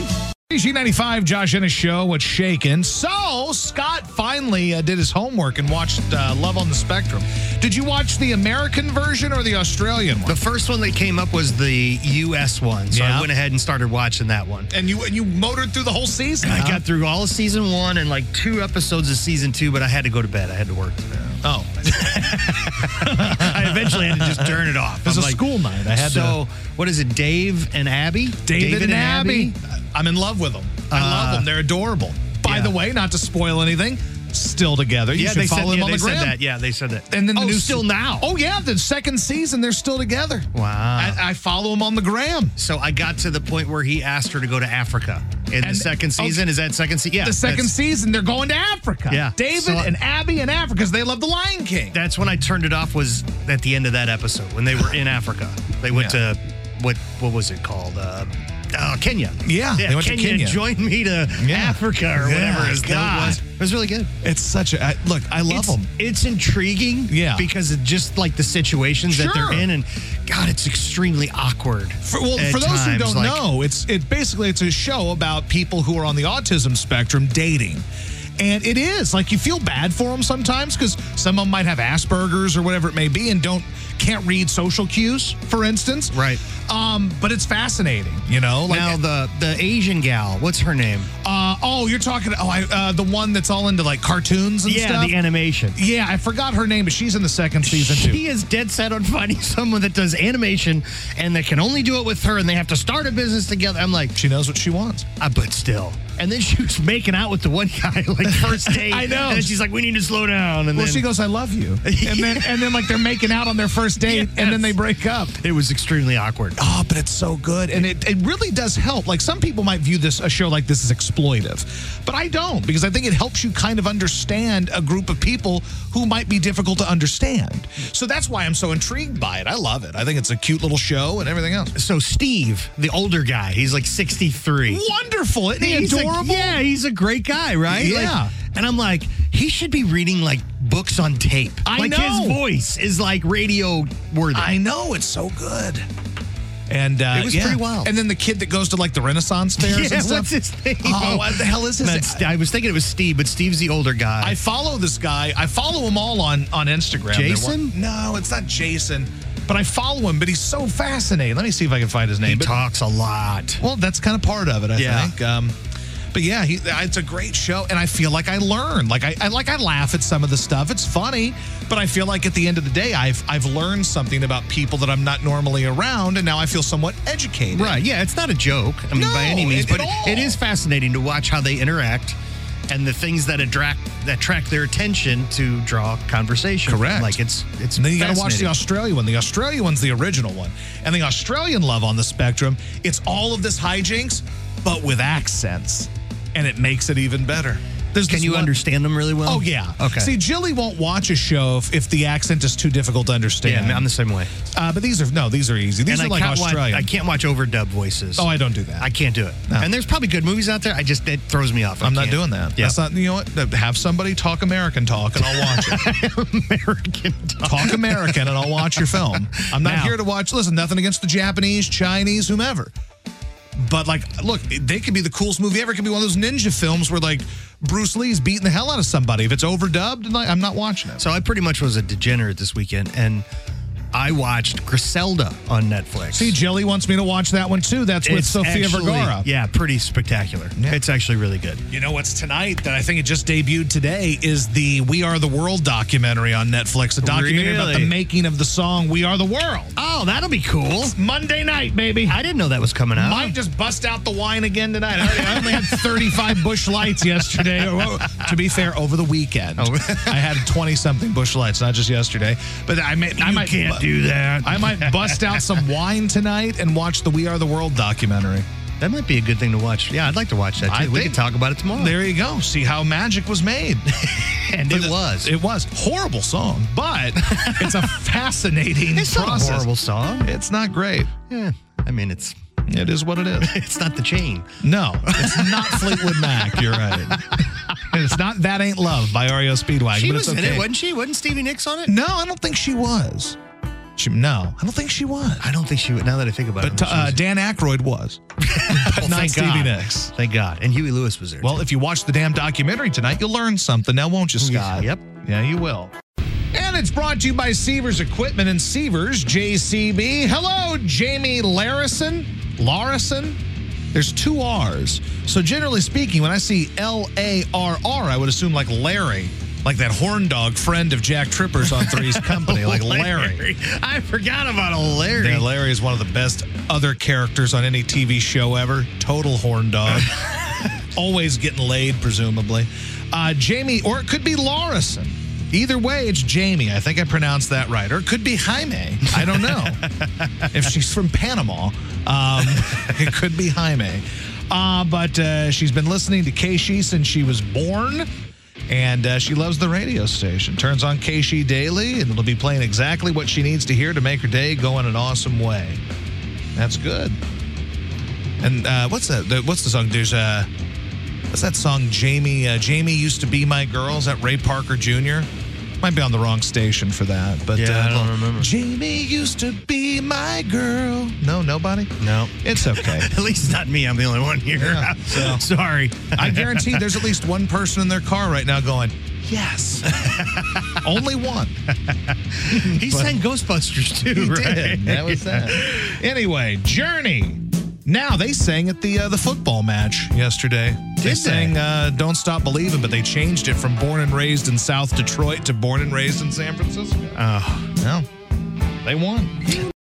S1: KC95, Josh in a show, what's shaking? So, Scott finally uh, did his homework and watched uh, Love on the Spectrum. Did you watch the American version or the Australian one?
S2: The first one that came up was the U.S. one, so
S1: Yeah.
S2: I went ahead and started watching that one.
S1: and you and you motored through the whole season.
S2: I
S1: huh?
S2: got through all of season one and like two episodes of season two, but I had to go to bed. I had to work.
S1: oh,
S2: I eventually had to just turn it off.
S1: it was
S2: I'm
S1: a
S2: like,
S1: school night. I had
S2: so, what is it, Dave and Abby?
S1: David, and Abby. I'm in love with them. I
S2: Uh,
S1: love them. They're adorable. By
S2: yeah.
S1: the way, not to spoil anything, still together. You
S2: Yeah,
S1: should
S2: they said,
S1: follow them
S2: yeah,
S1: on
S2: they
S1: the
S2: said
S1: gram.
S2: that. Yeah, they said that.
S1: And then the
S2: oh,
S1: new
S2: still now.
S1: Oh yeah, the second season they're still together.
S2: Wow.
S1: I, I follow them on the gram.
S2: so I got to the point where he asked her to go to Africa in the
S1: And-
S2: second
S1: oh,
S2: season. is that second season? Yeah,
S1: the second
S2: that's-
S1: season they're going to Africa.
S2: Yeah.
S1: David
S2: So-
S1: and Abby in Africa because they love the Lion King.
S2: That's when I turned it off. Was at the end of that episode when they were in Africa. They went
S1: Yeah.
S2: to what? What was it called? Uh, uh, Kenya.
S1: Yeah, they went to
S2: Kenya,
S1: Kenya.
S2: Joined me to
S1: Yeah.
S2: Africa or
S1: Yeah,
S2: whatever his name
S1: God.
S2: was. It was really good.
S1: it's such a I, look. I love
S2: it's,
S1: them.
S2: It's intriguing.
S1: Yeah.
S2: Because of just like the situations that
S1: Sure.
S2: they're in, and God, it's extremely awkward.
S1: For, well,
S2: at
S1: for those who
S2: times,
S1: don't
S2: like-
S1: know, it's it basically it's a show about people who are on the autism spectrum dating. And it is like you feel bad for them sometimes because some of them might have Asperger's or whatever it may be and don't can't read social cues, for instance.
S2: Right.
S1: Um, but it's fascinating, you know. Like,
S2: now the the Asian gal, what's her name?
S1: uh, oh, you're talking. Oh, I, uh, the one that's all into like cartoons and
S2: yeah,
S1: stuff.
S2: the animation.
S1: yeah, I forgot her name, but she's in the second season too.
S2: She is dead set on finding someone that does animation and they can only do it with her and they have to start a business together. I'm like,
S1: She knows what she wants.
S2: ah, but still. And then she was making out with the one guy like first date.
S1: I know.
S2: And then she's like, we need to slow down. And
S1: Well,
S2: then
S1: she goes, "I love you," and then and then like they're making out on their first date, and then
S2: Yes.
S1: they break up.
S2: it was extremely awkward.
S1: Oh, but it's so good. And it, it really does help. Like some people might view this a show like this as exploitive, but I don't because I think it helps you kind of understand a group of people who might be difficult to understand. So that's why I'm so intrigued by it. I love it. I think it's a cute little show and everything else.
S2: So Steve, the older guy, he's like 63.
S1: Wonderful. Isn't he
S2: He's a-
S1: adorable?
S2: yeah, he's a great guy, right? Like-
S1: Yeah.
S2: and I'm like, he should be reading like books on tape.
S1: I
S2: like
S1: know.
S2: his voice is like radio worthy.
S1: I know. It's so good. And uh,
S2: It was
S1: yeah.
S2: pretty wild.
S1: And then the kid that goes to like the Renaissance fairs
S2: Yeah,
S1: and stuff.
S2: what's his name?
S1: Oh, what the hell is his
S2: Not
S1: name?
S2: Ste- I was thinking it was Steve, but Steve's the older guy.
S1: I follow this guy. I follow him all on on Instagram.
S2: Jason?
S1: They're wa- No, it's not Jason. But I follow him. But he's so fascinating. Let me see if I can find his name.
S2: he
S1: But-
S2: talks a lot.
S1: well, that's kind of part of it, I
S2: Yeah.
S1: think. Um, but yeah, he, uh, it's a great show, and I feel like I learn. Like I, I like I laugh at some of the stuff. It's funny, but I feel like at the end of the day, I've I've learned something about people that I'm not normally around, and now I feel somewhat educated.
S2: Right. Yeah, it's not a joke. I mean,
S1: No,
S2: by any means,
S1: at-
S2: but
S1: at
S2: it-
S1: all.
S2: it is fascinating to watch how they interact and the things that attract that attract their attention to draw conversation. from.
S1: Correct.
S2: Like it's it's.
S1: And then you got to watch the
S2: fascinating.
S1: Australia one. The Australia one's the original one, and the Australian Love on the Spectrum. It's all of this hijinks, but with accents, and it makes it even better. There's
S2: Can
S1: this
S2: you
S1: one-
S2: understand them really well?
S1: Oh yeah.
S2: Okay.
S1: See, Jilly won't watch a show if, if the accent is too difficult to understand.
S2: yeah, I'm the same way.
S1: Uh, but these are no, these are easy. These
S2: and
S1: are
S2: I
S1: like
S2: can't
S1: Australian.
S2: Watch, I can't watch overdub voices.
S1: Oh, I don't do that.
S2: I can't do it. And there's probably good movies out there. I just it throws me off. I
S1: I'm not
S2: can't.
S1: doing that.
S2: Yeah.
S1: That's not. You know what? Have somebody talk American talk, and I'll watch it.
S2: American. Talk.
S1: talk American, and I'll watch your film. I'm not
S2: Now-
S1: here to watch. Listen, nothing against the Japanese, Chinese, whomever. But like, look, they could be the coolest movie ever. It could be one of those ninja films where like Bruce Lee's beating the hell out of somebody. If it's overdubbed, and like, I'm not watching it.
S2: So I pretty much was a degenerate this weekend, and I watched Griselda on Netflix.
S1: See, Jelly wants me to watch that one too. That's with
S2: It's
S1: Sofia
S2: actually-
S1: Vergara.
S2: Yeah, pretty spectacular. It's actually really good.
S1: You know what's tonight that I think it just debuted today is the We Are the World documentary on Netflix, a documentary about
S2: Really?
S1: the making of the song We Are the World.
S2: Oh, that'll be cool.
S1: Monday night, baby.
S2: I didn't know that was coming out.
S1: Might just bust out the wine again tonight. I, I only had 35 bush lights yesterday. Well, to be fair, over the weekend,
S2: Oh.
S1: I had 20 something bush lights, not just yesterday. But I, may, I
S2: You
S1: might
S2: can't do that.
S1: I might bust out some wine tonight and watch the We Are the World documentary.
S2: that might be a good thing to watch. Yeah, I'd like to watch that too.
S1: I
S2: we
S1: think-
S2: can talk about it tomorrow.
S1: There you go. See how magic was made.
S2: and
S1: But
S2: it
S1: the-
S2: was.
S1: It was horrible song, but it's a fascinating
S2: it's not a
S1: process.
S2: horrible song.
S1: It's not great.
S2: Yeah, I mean it's
S1: It is what it is.
S2: it's not the chain.
S1: No, it's not Fleetwood Mac. You're right. It's not "That Ain't Love" by REO Speedwagon.
S2: She
S1: but
S2: was
S1: it's
S2: in
S1: okay.
S2: it, wasn't she? Wasn't Stevie Nicks on it?
S1: No, I don't think she was. She, no, I don't think she was.
S2: I don't think she would. Now that I think about
S1: But
S2: it,
S1: t-
S2: I'm sure
S1: uh,
S2: she was-
S1: Dan Aykroyd was, but not
S2: thank
S1: Stevie
S2: God.
S1: Nicks.
S2: thank God. And Huey Lewis was there.
S1: Well, if you watch the damn documentary tonight, you'll learn something now, won't you, Scott?
S2: Yep.
S1: Yeah, you will. And it's brought to you by Seavers Equipment and Seavers, JCB. Hello, Jamie Larison. Larison? There's two R's. So generally speaking, when I see L A R R, I would assume like Larry, like that horn dog friend of Jack Tripper's on Three's Company, like Larry.
S2: I forgot about a Larry.
S1: Yeah, Larry is one of the best other characters on any TV show ever. Total horn dog. Always getting laid, presumably. Uh, Jamie, or it could be Laurison. Either way, it's Jamie. I think I pronounced that right. Or it could be Jaime. I don't know. if she's from Panama, um, it could be Jaime. Uh, but uh, she's been listening to Keishi since she was born. And uh, she loves the radio station. Turns on Keishi daily, and it'll be playing exactly what she needs to hear to make her day go in an awesome way. That's good. And uh, what's that? the- What's the song? There's uh, what's that song? Jamie. Uh, Jamie used to be my girl. Is that Ray Parker Jr.? Might be on the wrong station for that, but uh,
S2: Yeah, I don't
S1: well,
S2: remember.
S1: Jamie used to be my girl. No, nobody.
S2: No.
S1: It's okay.
S2: At least not me. I'm the only one here.
S1: Yeah, so-
S2: Sorry.
S1: I guarantee there's at least one person in their car right now going, "Yes." Only one.
S2: He sang Ghostbusters too,
S1: He
S2: right?
S1: did. That was that. Anyway, Journey. Now they sang at the uh, the football match yesterday. they
S2: they?
S1: sang uh, "Don't Stop Believing," but they changed it from "Born and Raised in South Detroit" to "Born and Raised in San Francisco."
S2: Oh,
S1: No, they won.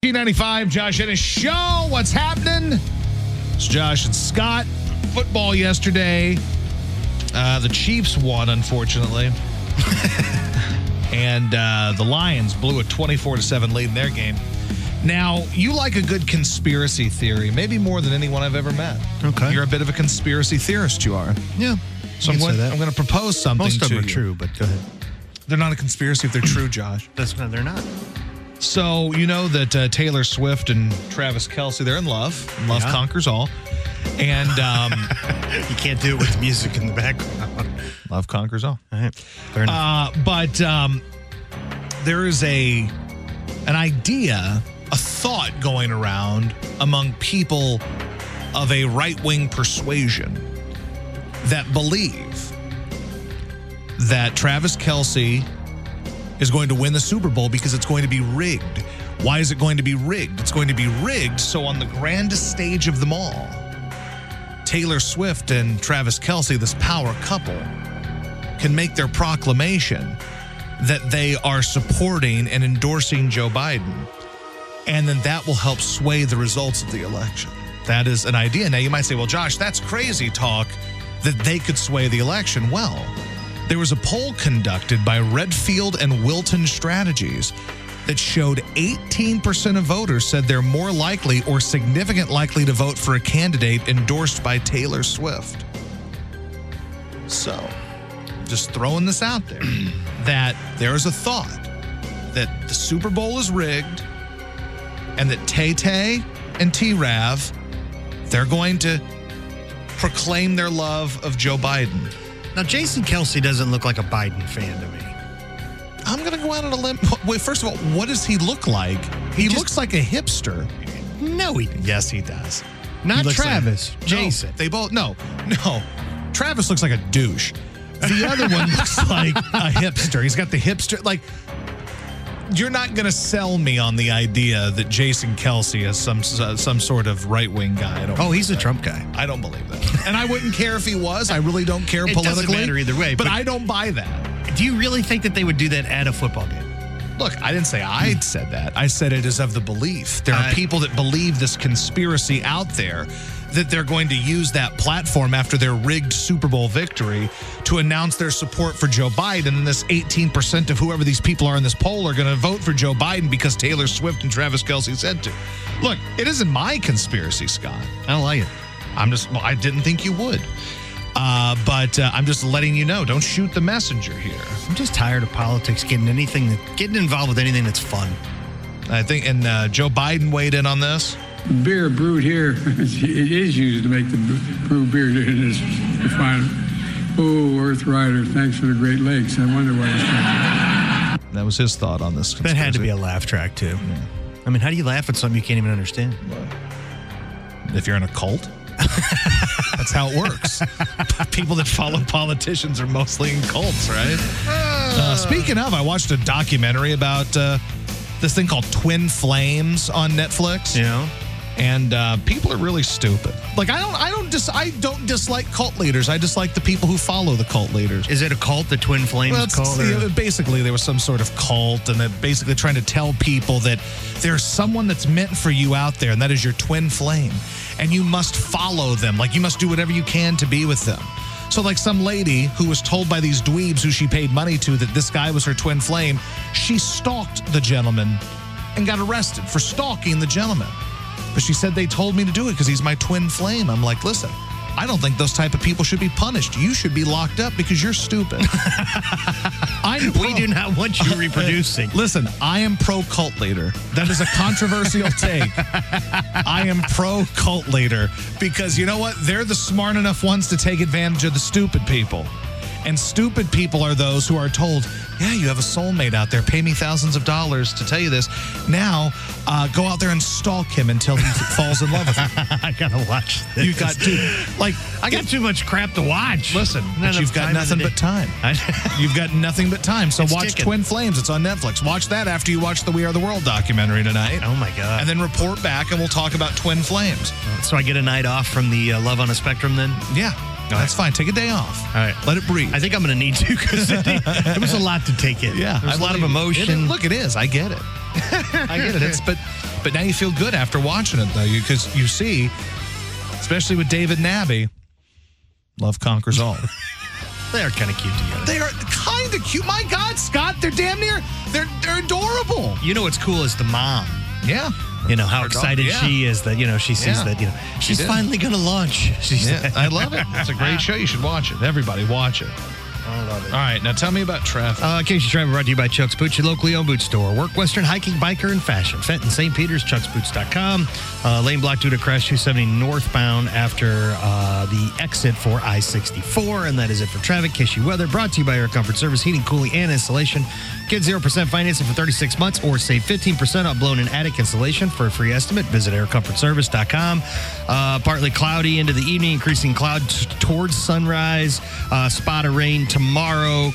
S1: G95, Josh and his show. What's happening? It's Josh and Scott. Football yesterday. Uh, the Chiefs won, unfortunately. and uh, the Lions blew a 24 7 lead in their game. Now, you like a good conspiracy theory, maybe more than anyone I've ever met.
S2: Okay.
S1: You're a bit of a conspiracy theorist, you are.
S2: yeah.
S1: So I'm going, I'm going to propose something
S2: Most of
S1: to
S2: them are
S1: you.
S2: true, but go ahead.
S1: They're not a conspiracy if they're true, Josh.
S2: That's no, they're not.
S1: So you know that uh, Taylor Swift and Travis Kelsey, they're in love. Love
S2: Yeah.
S1: conquers all, and um,
S2: You can't do it with music in the background.
S1: love conquers all.
S2: All right. Fair enough.
S1: Uh, but um, there is a an idea a thought going around among people of a right wing persuasion that believe that Travis Kelsey is going to win the Super Bowl because it's going to be rigged. Why is it going to be rigged? It's going to be rigged so on the grandest stage of them all, Taylor Swift and Travis Kelsey, this power couple, can make their proclamation that they are supporting and endorsing Joe Biden. And then that will help sway the results of the election. That is an idea. Now, you might say, well, Josh, that's crazy talk that they could sway the election. Well, there was a poll conducted by Redfield and Wilton Strategies that showed 18% of voters said they're more likely or significant likely to vote for a candidate endorsed by Taylor Swift. So, just throwing this out there that there is a thought that the Super Bowl is rigged and that Tay Tay and T Rav, they're going to proclaim their love of Joe Biden.
S2: Now, Jason Kelsey doesn't look like a Biden fan to me.
S1: I'm going to go out on a limb. Wait, first of all, what does he look like? He,
S2: just-
S1: looks like a hipster.
S2: No, he
S1: Yes, he does.
S2: not
S1: looks like-
S2: Travis.
S1: No,
S2: Jason.
S1: they both, no, no. Travis looks like a douche. The other one looks like a hipster. He's got the hipster, like, you're not going to sell me on the idea that Jason Kelsey is some some sort of right wing guy. I don't.
S2: oh, he's a Trump guy.
S1: I don't believe that, and I wouldn't care if he was. I really don't care
S2: It doesn't
S1: politically.
S2: matter either way,
S1: but,
S2: but-
S1: I don't buy that.
S2: Do you really think that they would do that at a football game?
S1: Look, I didn't say I said that. I said it is of the belief. There are
S2: I-
S1: people that believe this conspiracy out there that they're going to use that platform after their rigged Super Bowl victory to announce their support for Joe Biden. And this 18% of whoever these people are in this poll are going to vote for Joe Biden because Taylor Swift and Travis Kelsey said to. Look, it isn't my conspiracy, Scott.
S2: I don't like it.
S1: I'm just, well, I didn't think you would. Uh, but uh, I'm just letting you know, don't shoot the messenger here.
S2: I'm just tired of politics getting anything that getting involved with anything that's fun.
S1: I think, and uh, Joe Biden weighed in on this.
S6: Beer brewed here, it is used to make the brew beer. It is refined. Oh, Earth Rider, thanks for the Great Lakes. I wonder why it's
S1: That was his thought on this.
S2: That had to be a laugh track too. I mean, how do you laugh at something you can't even understand?
S1: If you're in a cult, that's how it works. People that follow politicians are mostly in cults, right? Uh, speaking of, I watched a documentary about uh, this thing called Twin Flames on Netflix.
S2: You know?
S1: and uh, people are really stupid. Like I don't, I don't dis, I don't dislike cult leaders. I dislike the people who follow the cult leaders.
S2: Is it a cult, the Twin Flames
S1: Well, it's-
S2: cult? or-
S1: yeah, basically, there was some sort of cult, and they're basically trying to tell people that there's someone that's meant for you out there, and that is your twin flame, and you must follow them. Like you must do whatever you can to be with them. So, like some lady who was told by these dweebs who she paid money to that this guy was her twin flame, she stalked the gentleman and got arrested for stalking the gentleman. But she said they told me to do it because he's my twin flame. I'm like, listen. I don't think those type of people should be punished. You should be locked up because you're stupid. I'm
S2: we do not want you reproducing.
S1: Listen, I am pro cult leader. That is a controversial take. I am pro cult leader because you know what? They're the smart enough ones to take advantage of the stupid people. And stupid people are those who are told, yeah, you have a soulmate out there. Pay me thousands of dollars to tell you this. Now, uh, go out there and stalk him until he falls in love with you.
S2: I gotta watch this.
S1: You've got to, like,
S2: I got too much crap to watch.
S1: Listen,
S2: Not
S1: but
S2: enough
S1: you've got
S2: time in the
S1: nothing
S2: day.
S1: but time.
S2: I-
S1: You've got nothing but time. So
S2: It's
S1: watch
S2: ticking.
S1: Twin Flames. It's on Netflix. Watch that after you watch the We Are the World documentary tonight.
S2: Oh my god! Oh.
S1: And then report back and we'll talk about Twin Flames.
S2: so I get a night off from the uh, Love on a Spectrum then.
S1: Yeah. That's fine. Take a day off.
S2: All right.
S1: Let it breathe.
S2: I think I'm gonna need to because it, it was a lot to take in.
S1: yeah.
S2: there's
S1: I
S2: a lot of
S1: believe it. It-
S2: emotion.
S1: look, it is. I get it. I get it. It's but but now you feel good after watching it though, because you, see, especially with David Nabby, love conquers all.
S2: They're kind of cute together.
S1: they are kind of cute. My God, Scott, they're damn near they're they're adorable.
S2: you know what's cool is the mom.
S1: Yeah.
S2: You know how
S1: Her dog-
S2: excited
S1: yeah.
S2: she is that you know she sees
S1: Yeah.
S2: that you know she's
S1: did.
S2: finally gonna launch. She's
S1: Yeah, I love it. It's a great show. You should watch it. Everybody, watch it. I love it.
S2: All right, now tell me about traffic.
S1: Uh, Casey Travel brought to you by Chuck's Boots, your locally owned boot store. Work Western hiking, biker, and fashion. Fenton St. Peter's, chucksboots.com. Uh, lane blocked due to crash 270 northbound after uh, the exit for I 64. And that is it for traffic. Casey Weather brought to you by Air Comfort Service, heating, cooling, and installation. Get 0% financing for 36 months or save 15% on blown and attic installation. For a free estimate, visit aircomfortservice.com. Uh, partly cloudy into the evening, increasing cloud t- towards sunrise. Uh, spot of rain tomorrow.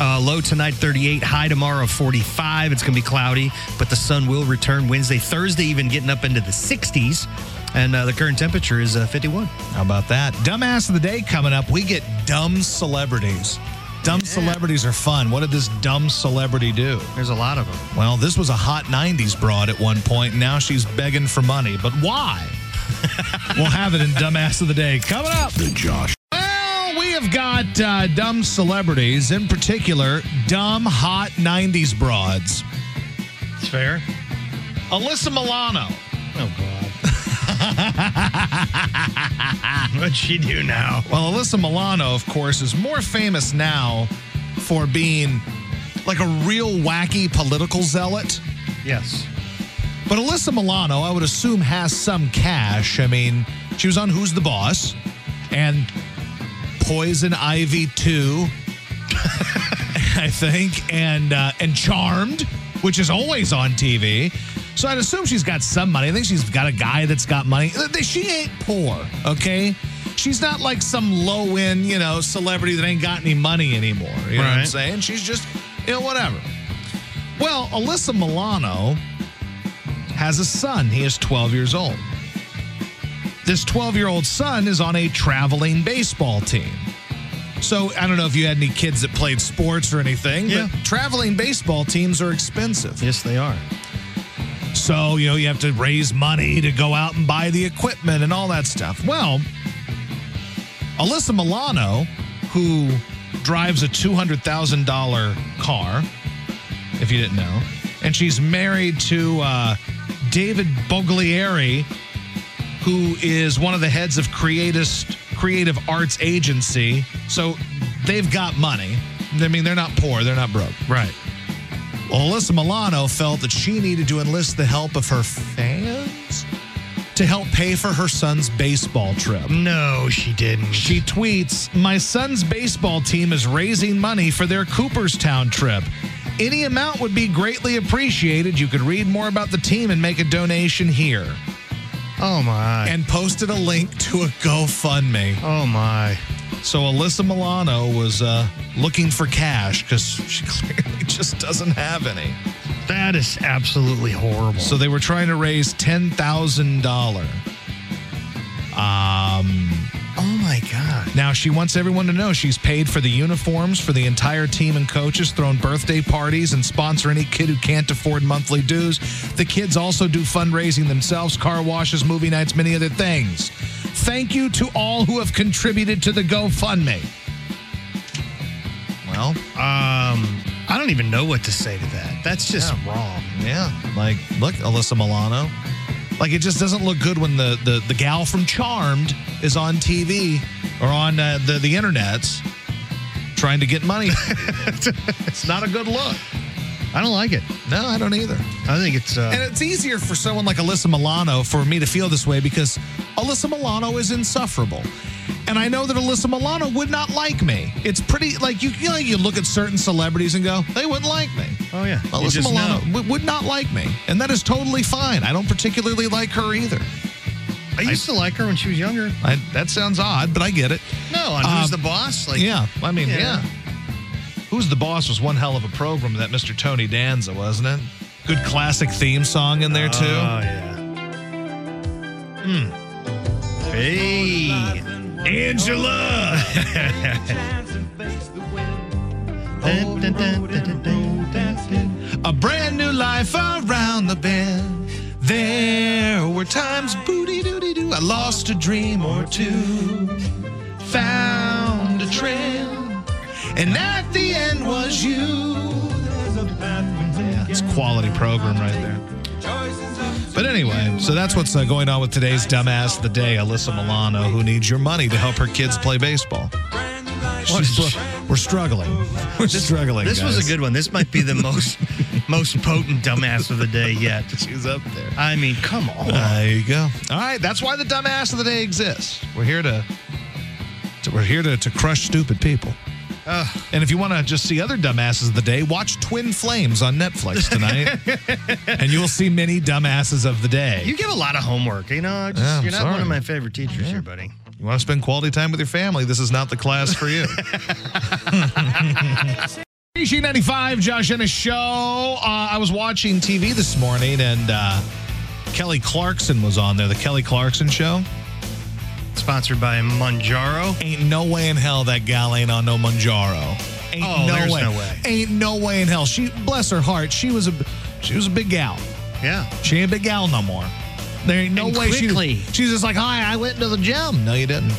S1: Uh, low tonight, 38. High tomorrow, 45. It's going to be cloudy, but the sun will return Wednesday, Thursday, even getting up into the 60s. And uh, the current temperature is uh, 51.
S2: How about that? Dumbass of the day coming up. We get dumb celebrities. Dumb celebrities are fun. What did this dumb celebrity do?
S1: There's a lot of them.
S2: Well, this was a hot 90s broad at one point. Now she's begging for money. But why? we'll have it in Dumbass of the Day coming up.
S9: The Josh
S2: Well, we have got uh, dumb celebrities, in particular, dumb hot 90s broads.
S1: It's fair.
S2: Alyssa Milano.
S1: Oh, God. What'd she do now?
S2: Well, Alyssa Milano, of course, is more famous now for being like a real wacky political zealot.
S1: Yes.
S2: But Alyssa Milano, I would assume, has some cash. I mean, she was on Who's the Boss and Poison Ivy 2, I think, and uh, and Charmed, which is always on TV. So I'd assume she's got some money. I think she's got a guy that's got money. Uh, She ain't poor, okay? She's not like some low end, you know, celebrity that ain't got any money anymore. You know what I'm
S1: Right.
S2: saying? She's just, you know, whatever. Well, Alyssa Milano has a son. He is 12 years old. This 12 year old son is on a traveling baseball team. So I don't know if you had any kids that played sports or anything,
S1: Yeah.
S2: but traveling baseball teams are expensive.
S1: Yes, they are.
S2: So, you know, you have to raise money to go out and buy the equipment and all that stuff. Well, Alyssa Milano, who drives a $200,000 car, if you didn't know, and she's married to uh, David Boglieri, who is one of the heads of Creatist Creative Arts Agency. So they've got money. I mean, they're not poor, they're not broke.
S1: Right.
S2: Well, Alyssa Milano felt that she needed to enlist the help of her fans to help pay for her son's baseball trip.
S1: No, she didn't.
S2: She tweets, My son's baseball team is raising money for their Cooperstown trip. Any amount would be greatly appreciated. You could read more about the team and make a donation here.
S1: Oh, my.
S2: And posted a link to a GoFundMe.
S1: oh, my.
S2: So Alyssa Milano was uh, looking for cash because she clearly just doesn't have any.
S1: That is absolutely horrible.
S2: So they were trying to raise ten thousand dollar. Um,
S1: oh, my God.
S2: now she wants everyone to know she's paid for the uniforms for the entire team and coaches, thrown birthday parties, and sponsor any kid who can't afford monthly dues. The kids also do fundraising themselves, car washes, movie nights, many other things. Thank you to all who have contributed to the GoFundMe. Well,
S1: Um, I don't even know what to say to that. That's just wrong.
S2: Yeah, like look, Alyssa Milano. Like it just doesn't look good when the the, the gal from Charmed is on TV or on uh, the the internet's trying to get money. it's not a good look.
S1: I don't like it.
S2: No, I don't either.
S1: I think it's. Uh,
S2: And it's easier for someone like Alyssa Milano for me to feel this way because Alyssa Milano is insufferable. And I know that Alyssa Milano would not like me. It's pretty like you you, know, you look at certain celebrities and go, they wouldn't like me.
S1: oh yeah. You
S2: Alyssa
S1: just
S2: Milano
S1: know.
S2: w- would not like me, and that is totally fine. I don't particularly like her either.
S1: I used to like her when she was younger.
S2: I, that sounds odd, but I get it.
S1: No, on
S2: Um,
S1: Who's the Boss? Like,
S2: yeah, I mean, yeah.
S1: Yeah.
S2: Who's the boss was one hell of a program that Mr. Tony Danza, wasn't it? Good classic theme song in there too.
S1: Oh yeah. Hmm. Hey, Angela. Dun, dun, dun, dun, dun, dun, dun, dun.
S2: a brand new life around the bend. There were times booty dooty doo. I lost a dream or two, found a trail, and at the end was you. Yeah, it's quality program right there. But anyway, so that's what's uh, going on with today's dumbass of the day, Alyssa Milano, who needs your money to help her kids play baseball.
S1: We're struggling. We're struggling.
S2: This was
S1: guys.
S2: a good one. This might be the most most potent dumbass of the day yet.
S1: She's up there.
S2: I mean, come on.
S1: There you go. All right, that's why the dumbass of the day exists. We're here to, to- we're here to, to crush stupid people. and if you want to just see other dumbasses of the day, watch Twin Flames on Netflix tonight, and you will see many dumbasses of the day.
S2: you give a lot of homework, you know. I Just,
S1: Yeah, I'm
S2: you're not one
S1: sorry.
S2: of my favorite teachers here, buddy.
S1: You want to spend quality time with your family? This is not the class for you. G95, Josh in a show. Uh, I was watching TV this morning and uh, Kelly Clarkson was on there, the Kelly Clarkson show.
S2: Sponsored by Manjaro.
S1: Ain't no way in hell that gal ain't on no Manjaro. Ain't
S2: Oh, there's no way.
S1: Ain't no way in hell. She bless her heart. She was a she was a big gal.
S2: Yeah.
S1: She ain't a big gal no more. There ain't no
S2: And
S1: way she-
S2: quickly.
S1: she's just like, hi, I went to the gym. No, you didn't.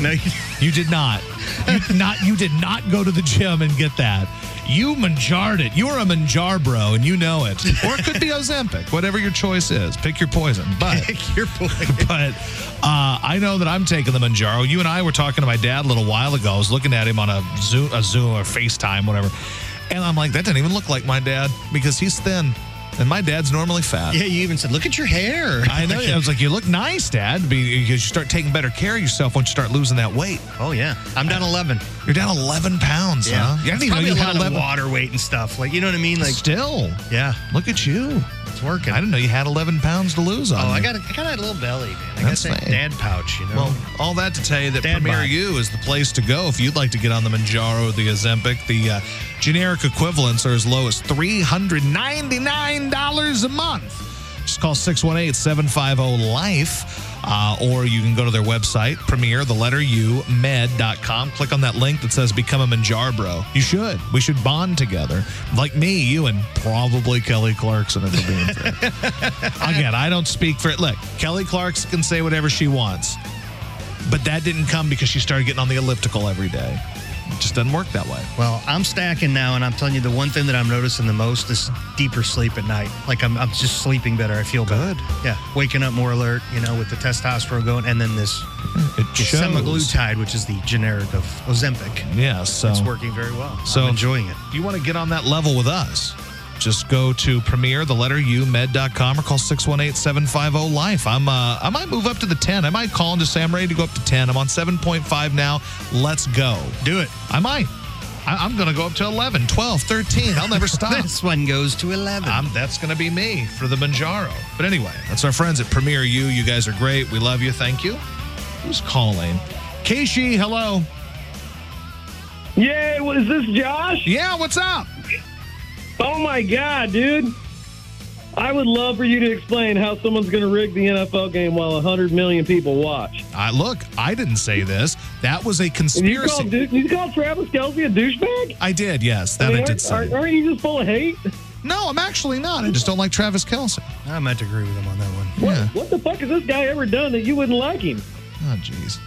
S2: No,
S1: You did not. You did not. You did not go to the gym and get that. You manjarred it. You are a manjar bro, and you know it. Or it could be Ozempic, whatever your choice is. Pick your poison. But
S2: your boy.
S1: but uh, I know that I'm taking the Manjaro. You and I were talking to my dad a little while ago. I was looking at him on a Zoom, a Zoom or FaceTime, whatever, and I'm like, that doesn't even look like my dad because he's thin, and my dad's normally fat.
S2: Yeah, you even said, look at your hair.
S1: I know. I was like, you look nice, Dad, because you start taking better care of yourself once you start losing that weight.
S2: Oh, yeah. I'm down 11.
S1: You're down 11 pounds, huh?
S2: Yeah.
S1: You
S2: It's
S1: didn't even know
S2: probably
S1: you
S2: a
S1: had
S2: lot of
S1: 11.
S2: water weight and stuff. Like, you know what I mean? Like,
S1: Still,
S2: yeah,
S1: look at you.
S2: it's working.
S1: I didn't know you had 11 pounds to lose on.
S2: Oh, I
S1: you.
S2: got, a, I got a little belly, man. I
S1: That's
S2: got that
S1: fine.
S2: dad pouch, you know.
S1: Well, all that to tell you that
S2: Dad
S1: Premier
S2: bod.
S1: U is the place to go if you'd like to get on the Manjaro, the Ozempic. The uh, generic equivalents are as low as $399 a month. Just call 618 750 LIFE. Uh, or you can go to their website, premier, the letter U, med.com. Click on that link that says Become a Manjar Bro. You should. We should bond together. Like me, you, and probably Kelly Clarkson, if we're being fair. Again, I don't speak for it. Look, Kelly Clarkson can say whatever she wants, but that didn't come because she started getting on the elliptical every day. It just doesn't work that way.
S2: Well, I'm stacking now, and I'm telling you, the one thing that I'm noticing the most is deeper sleep at night. Like I'm, I'm just sleeping better. I feel better.
S1: Good.
S2: Yeah, waking up more alert. You know, with the testosterone going, and then this
S1: It
S2: this
S1: shows.
S2: semaglutide, which is the generic of Ozempic,
S1: Yeah, so
S2: it's working very well.
S1: Oh. So-
S2: I'm enjoying it.
S1: if you want to get on that level with us, just go to premier, the letter U, med.com or call 618-750-LIFE. I'm, uh, oh, I might move up to the 10. I might call and just say I'm ready to go up to 10. I'm on 7.5 now. Let's go.
S2: Do it.
S1: I might. I, I'm going to go up to 11, 12, 13. I'll never stop.
S2: This one goes to 11
S1: I'm, that's going to be me for the Manjaro. But anyway, that's our friends at Premier U. You guys are great. We love you. Thank you. Who's calling? Keishi, hello.
S8: Yay, what is this, Josh?
S1: Yeah, what's up?
S8: Oh my god, dude. I would love for you to explain how someone's going to rig the NFL game while 100 million people watch.
S1: I look, I didn't say this. That was a
S8: You call,
S1: conspiracy.
S8: du- you call Travis Kelsey a douchebag?
S1: I did, yes. That
S8: I
S1: I
S8: mean,
S1: did
S8: aren't,
S1: say.
S8: aren't, aren't you just full of hate?
S1: no, I'm actually not. I just don't like Travis Kelsey.
S2: I might agree with him on that one.
S8: What,
S1: Yeah.
S8: what the fuck has this guy ever done that you wouldn't like him?
S1: Oh, jeez.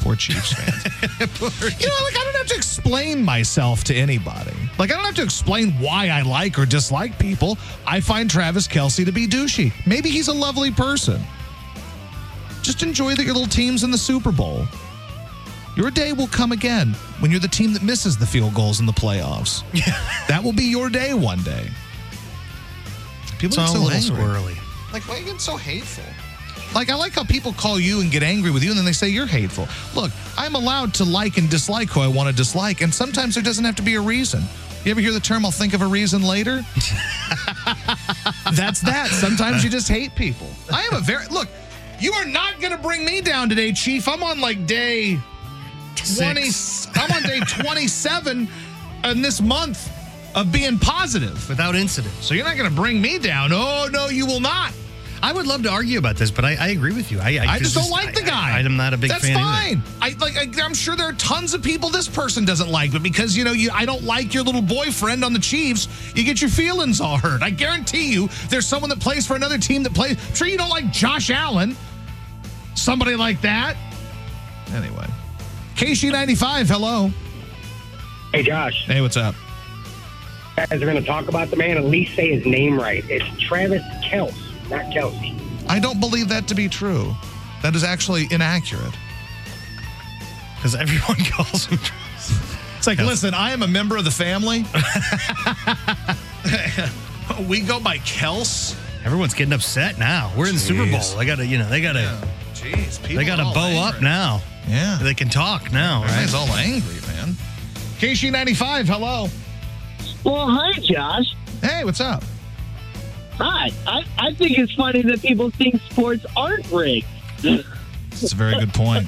S1: Poor Chiefs fans. You know, like I don't have to explain myself to anybody. Like I don't have to explain why I like or dislike people. I find Travis Kelsey to be douchey. Maybe he's a lovely person. Just enjoy that your little team's in the Super Bowl. Your day will come again when you're the team that misses the field goals in the playoffs. that will be your day one day. People
S2: It's
S1: get
S2: all
S1: so
S2: a little
S1: angry.
S2: squirrely.
S1: Like, why are you getting so hateful? Like, I like how people call you and get angry with you, and then they say you're hateful. Look, I'm allowed to like and dislike who I want to dislike, and sometimes there doesn't have to be a reason. You ever hear the term, I'll think of a reason later? That's that. Sometimes you just hate people. I am a very, look, you are not going to bring me down today, Chief. I'm on like day 20,
S2: Six.
S1: I'm on day 27 in this month of being positive.
S2: Without incident.
S1: So you're not going to bring me down. Oh, no, you will not.
S2: I would love to argue about this, but I, I agree with you. I,
S1: I just don't like the guy.
S2: I, am not a big
S1: That's
S2: fan. either.
S1: fine. I like. I, I'm sure there are tons of people this person doesn't like, but because you know, you I don't like your little boyfriend on the Chiefs, you get your feelings all hurt. I guarantee you, there's someone that plays for another team that plays. I'm sure you don't like Josh Allen, somebody like that. Anyway, KC95. Hello.
S10: Hey, Josh,
S1: Hey, what's up?
S10: you guys are going to talk about the man. At least say his name right. It's Travis Kelce, not Kelsey.
S1: I don't believe that to be true. That is actually inaccurate.
S2: because everyone calls him.
S1: It's like, listen, I am a member of the family. we go by Kels.
S2: Everyone's getting upset now. We're in the Super
S1: Jeez.
S2: Bowl. They got to, you know, they got to,
S1: Jeez, Oh, people.
S2: they got to
S1: are all
S2: bow
S1: angry.
S2: up now.
S1: Yeah.
S2: they can talk now. Right?
S1: Everybody's all angry, man. KC95, hello.
S11: Well, hi, Josh.
S1: Hey, what's up?
S11: Hi. I, I think it's funny that people think sports aren't rigged.
S1: It's a very good point.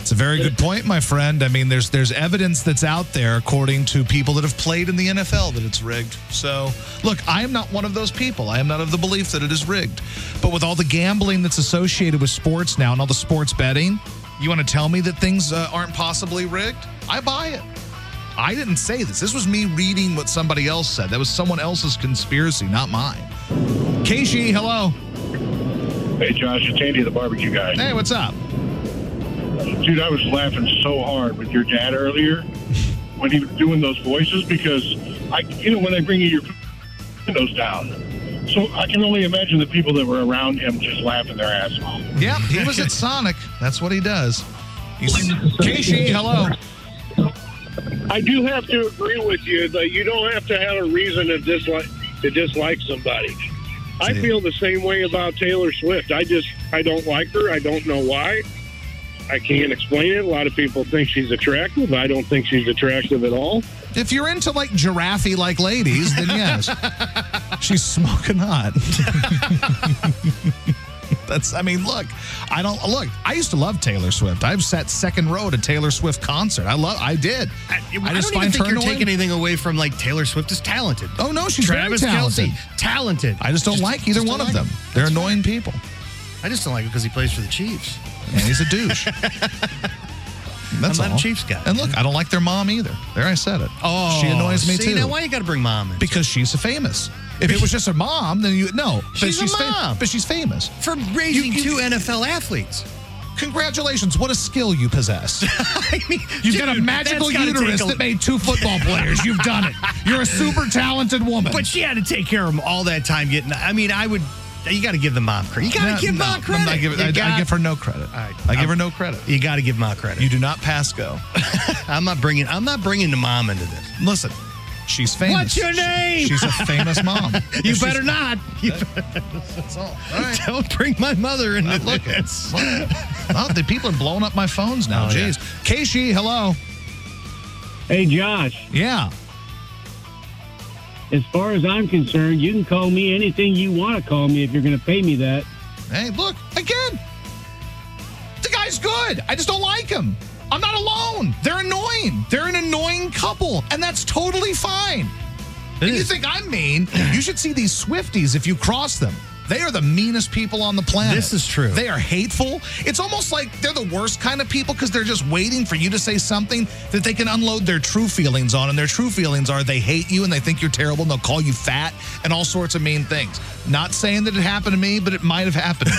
S1: It's a very good point, my friend. I mean, there's there's evidence that's out there, according to people that have played in the NFL, that it's rigged. So, look, I am not one of those people. I am not of the belief that it is rigged. But with all the gambling that's associated with sports now and all the sports betting, you want to tell me that things uh, aren't possibly rigged? I buy it. I didn't say this. This was me reading what somebody else said. That was someone else's conspiracy, not mine. KG, hello.
S12: Hey, Josh, it's Andy, the barbecue guy.
S1: Hey, what's up?
S12: Dude, I was laughing so hard with your dad earlier when he was doing those voices because I, you know, when they bring you your windows down. So I can only imagine the people that were around him just laughing their ass off.
S1: Yeah, he was at Sonic. That's what he does. He's Casey, hello.
S13: I do have to agree with you that you don't have to have a reason to dislike to dislike somebody. I feel the same way about Taylor Swift. I just I don't like her. I don't know why. I can't explain it. A lot of people think she's attractive. I don't think she's attractive at all.
S1: If you're into like giraffe like ladies, then yes. She's smoking hot. That's I mean, look, I don't look, I used to love Taylor Swift. I've sat second row at a Taylor Swift concert. I love I did. I,
S2: I
S1: just
S2: don't
S1: find
S2: even think
S1: her
S2: you're
S1: annoying.
S2: taking anything away from like Taylor Swift is talented.
S1: Oh no, she's very
S2: Travis
S1: talented.
S2: Kelsey, talented.
S1: I just don't like either
S2: just
S1: one
S2: don't
S1: of
S2: like
S1: them.
S2: him.
S1: They're annoying people.
S2: I just don't like it because he plays for the Chiefs.
S1: And he's a douche. That's
S2: I'm
S1: all.
S2: not a Chiefs guy.
S1: And look, I don't like their mom either. There I said it.
S2: Oh,
S1: she annoys me
S2: see,
S1: too.
S2: Now why you got to bring mom in?
S1: Because she's famous. If it was just her mom, then you no. But
S2: She's a
S1: fam-
S2: mom.
S1: but she's famous
S2: for raising two NFL athletes.
S1: Congratulations! What a skill you possess.
S2: I mean,
S1: You've got a
S2: dude,
S1: magical
S2: that's gotta
S1: uterus
S2: take a-
S1: that made two football players. You've done it. You're a super talented woman.
S2: But she had to take care of him all that time. Getting, I mean, I would. You got to give the mom credit. You got
S1: No,
S2: to give
S1: no,
S2: mom
S1: I'm
S2: credit.
S1: not giving-
S2: You
S1: I, I
S2: got-
S1: give her no credit.
S2: All right.
S1: I give
S2: I'm-
S1: her no credit.
S2: You got to give mom credit.
S1: You do not pass go.
S2: I'm not bringing. I'm not bringing the mom into this.
S1: Listen, she's famous.
S2: What's your
S1: She-
S2: name?
S1: she's a famous mom. If
S2: you
S1: she's-
S2: better not. You
S1: That's all. All right.
S2: Don't bring my mother into
S1: Look,
S2: this.
S1: oh, the people are blowing up my phones now.
S2: Oh, yeah.
S1: Jeez. Keishi, hello.
S4: Hey, Josh.
S1: Yeah.
S4: As far as I'm concerned, you can call me anything you want to call me if you're going to pay me that.
S1: Hey, look, again. The guy's good. I just don't like him. I'm not alone. They're annoying. They're an annoying couple, and that's totally fine. If you think I'm mean, you should see these Swifties if you cross them. They are the meanest people on the planet.
S2: This is true.
S1: They are hateful. It's almost like they're the worst kind of people because they're just waiting for you to say something that they can unload their true feelings on. And their true feelings are they hate you and they think you're terrible and they'll call you fat and all sorts of mean things. Not saying that it happened to me, but it might have happened.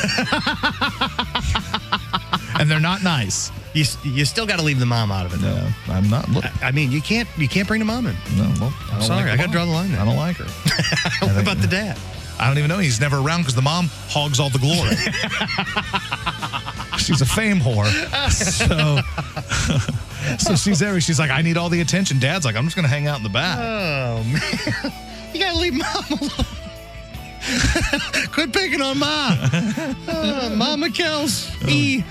S1: and they're not nice.
S2: You, s- you still got to leave the mom out of it. Though.
S1: No, Uh, I'm not. Look,
S2: I mean, you can't you can't bring the mom in.
S1: no, well, I
S2: I'm
S1: don't
S2: sorry,
S1: like
S2: I got to
S1: mom.
S2: draw the line there.
S1: I don't like her.
S2: what about the dad?
S1: I don't even know. He's never around because the mom hogs all the glory. she's a fame whore. So, so she's there. She's like, I need all the attention. Dad's like, I'm just going to hang out in the back.
S2: Oh man, you got to leave mom alone. Quit picking on mom. Uh, Mama Kells.
S1: Oh.
S2: E.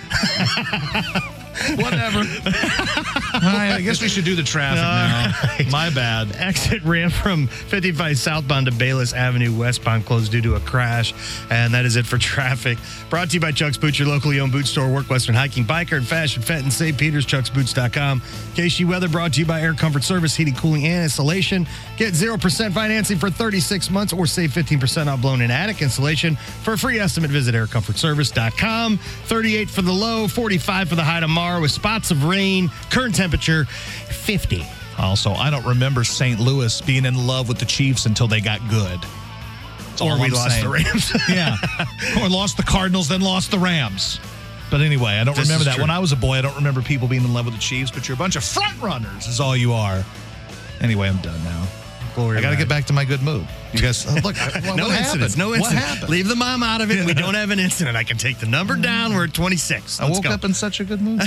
S1: Whatever. all right, I guess we should do the traffic now. My bad.
S2: Exit ramp from 55 southbound to Bayless Avenue westbound closed due to a crash. And that is it for traffic. Brought to you by Chuck's Boots, your locally owned boot store, work Western hiking, biker, and fashion, Fenton, St. Peter's, chucksboots.com. KC Weather brought to you by Air Comfort Service, heating, cooling, and installation. Get 0% financing for 36 months or save 15% on blown in attic installation. For a free estimate, visit aircomfortservice.com. 38 for the low, 45 for the high tomorrow with spots of rain. Current temperature, 50.
S1: Also, I don't remember St. Louis being in love with the Chiefs until they got good. That's all
S2: Or we
S1: I'm
S2: lost
S1: saying.
S2: the Rams.
S1: yeah. Or lost the Cardinals, then lost the Rams. But anyway, I don't
S2: This
S1: remember
S2: is
S1: that.
S2: true.
S1: When I was a boy, I don't remember people being in love with the Chiefs, but you're a bunch of front runners, is all you are. Anyway, I'm done now.
S2: Glory
S1: I got to
S2: to
S1: get back to my good mood. You guys, oh, look, I,
S2: no
S1: what
S2: incidents.
S1: happened?
S2: No
S1: What
S2: incidents.
S1: happened? Mm.
S2: Leave the mom out of it. We don't have an incident. I can take the number down. We're at 26.
S1: I
S2: Let's
S1: woke
S2: go.
S1: up in such a good mood.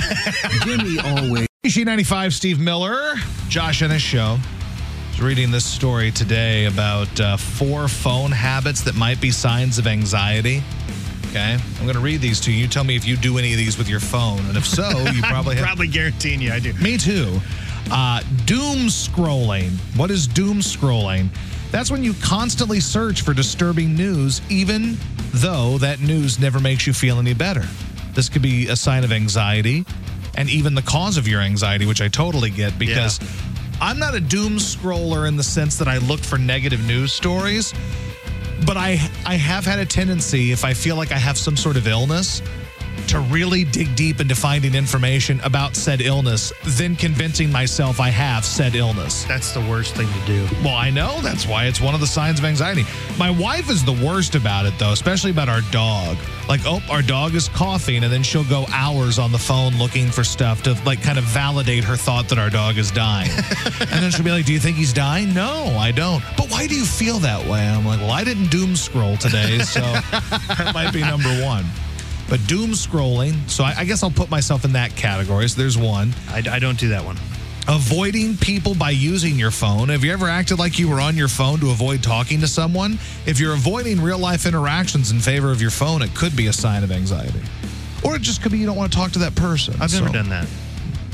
S14: Jimmy always.
S1: G95, Steve Miller, Josh Ennis Show. I was reading this story today about uh, four phone habits that might be signs of anxiety. Okay, I'm going to read these to you. You tell me if you do any of these with your phone, and if so, you probably
S2: I'm
S1: have.
S2: probably guaranteeing you I do.
S1: Me too. Uh, doom scrolling. What is doom scrolling? That's when you constantly search for disturbing news, even though that news never makes you feel any better. This could be a sign of anxiety and even the cause of your anxiety, which I totally get because I'm not a doom scroller in the sense that I look for negative news stories, but I I have had a tendency if I feel like I have some sort of illness to really dig deep into finding information about said illness, then convincing myself I have said illness.
S2: That's the worst thing to do.
S1: Well, I know. That's why it's one of the signs of anxiety. My wife is the worst about it, though, especially about our dog. Like, oh, our dog is coughing, and then she'll go hours on the phone looking for stuff to, like, kind of validate her thought that our dog is dying. and then she'll be like, Do you think he's dying? No, I don't. But why do you feel that way? I'm like, Well, I didn't doom scroll today, so that might be number one. But doom scrolling, so I, I guess I'll put myself in that category. So there's one.
S2: I, I don't do that one.
S1: Avoiding people by using your phone. Have you ever acted like you were on your phone to avoid talking to someone? If you're avoiding real life interactions in favor of your phone, it could be a sign of anxiety. Or it just could be you don't want to talk to that person.
S2: I've never
S1: So-
S2: done that.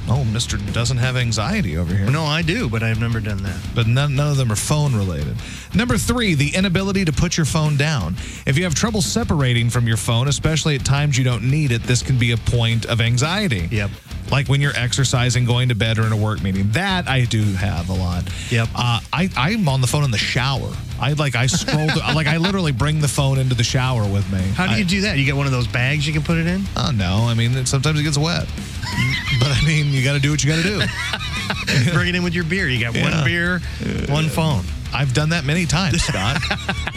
S1: Oh, Mr. doesn't have anxiety over here.
S2: No, I do, but I've never done that.
S1: but none, none of them are phone related. Number three, the inability to put your phone down. If you have trouble separating from your phone, especially at times you don't need it, this can be a point of anxiety.
S2: Yep.
S1: Like when you're exercising, going to bed, or in a work meeting. That I do have a lot.
S2: Yep.
S1: Uh, I I'm on the phone in the shower. I like I scroll to, like I literally bring the phone into the shower with me.
S2: How do
S1: I-
S2: you do that? You get one of those bags you can put it in?
S1: Oh no! I mean, it, sometimes it gets wet, but I mean, you got to do what you got to do.
S2: Bring it in with your beer. You got
S1: Yeah.
S2: one beer, one phone.
S1: I've done that many times, Scott.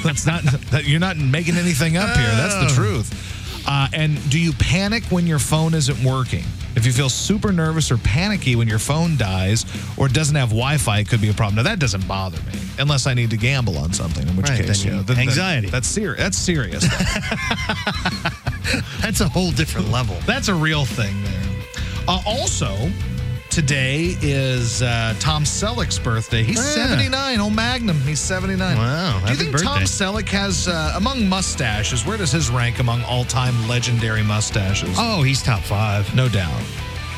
S1: That's not that you're not making anything up here. That's
S2: Oh.
S1: the truth. Uh, and do you panic when your phone isn't working? If you feel super nervous or panicky when your phone dies or doesn't have Wi-Fi, it could be a problem. Now that doesn't bother me unless I need to gamble on something, in which
S2: Right,
S1: case,
S2: then you-
S1: yeah, that-
S2: anxiety.
S1: That, that's serious. That's serious.
S2: That's a whole different level.
S1: That's a real thing there. Uh, also, today is uh, Tom Selleck's birthday. He's
S2: Yeah.
S1: 79. Oh, Magnum. He's 79.
S2: Wow,
S1: Do
S2: happy
S1: you think Tom
S2: birthday.
S1: Selleck has, uh, among mustaches, where does his rank among all time legendary mustaches?
S2: Oh, he's top five.
S1: No doubt.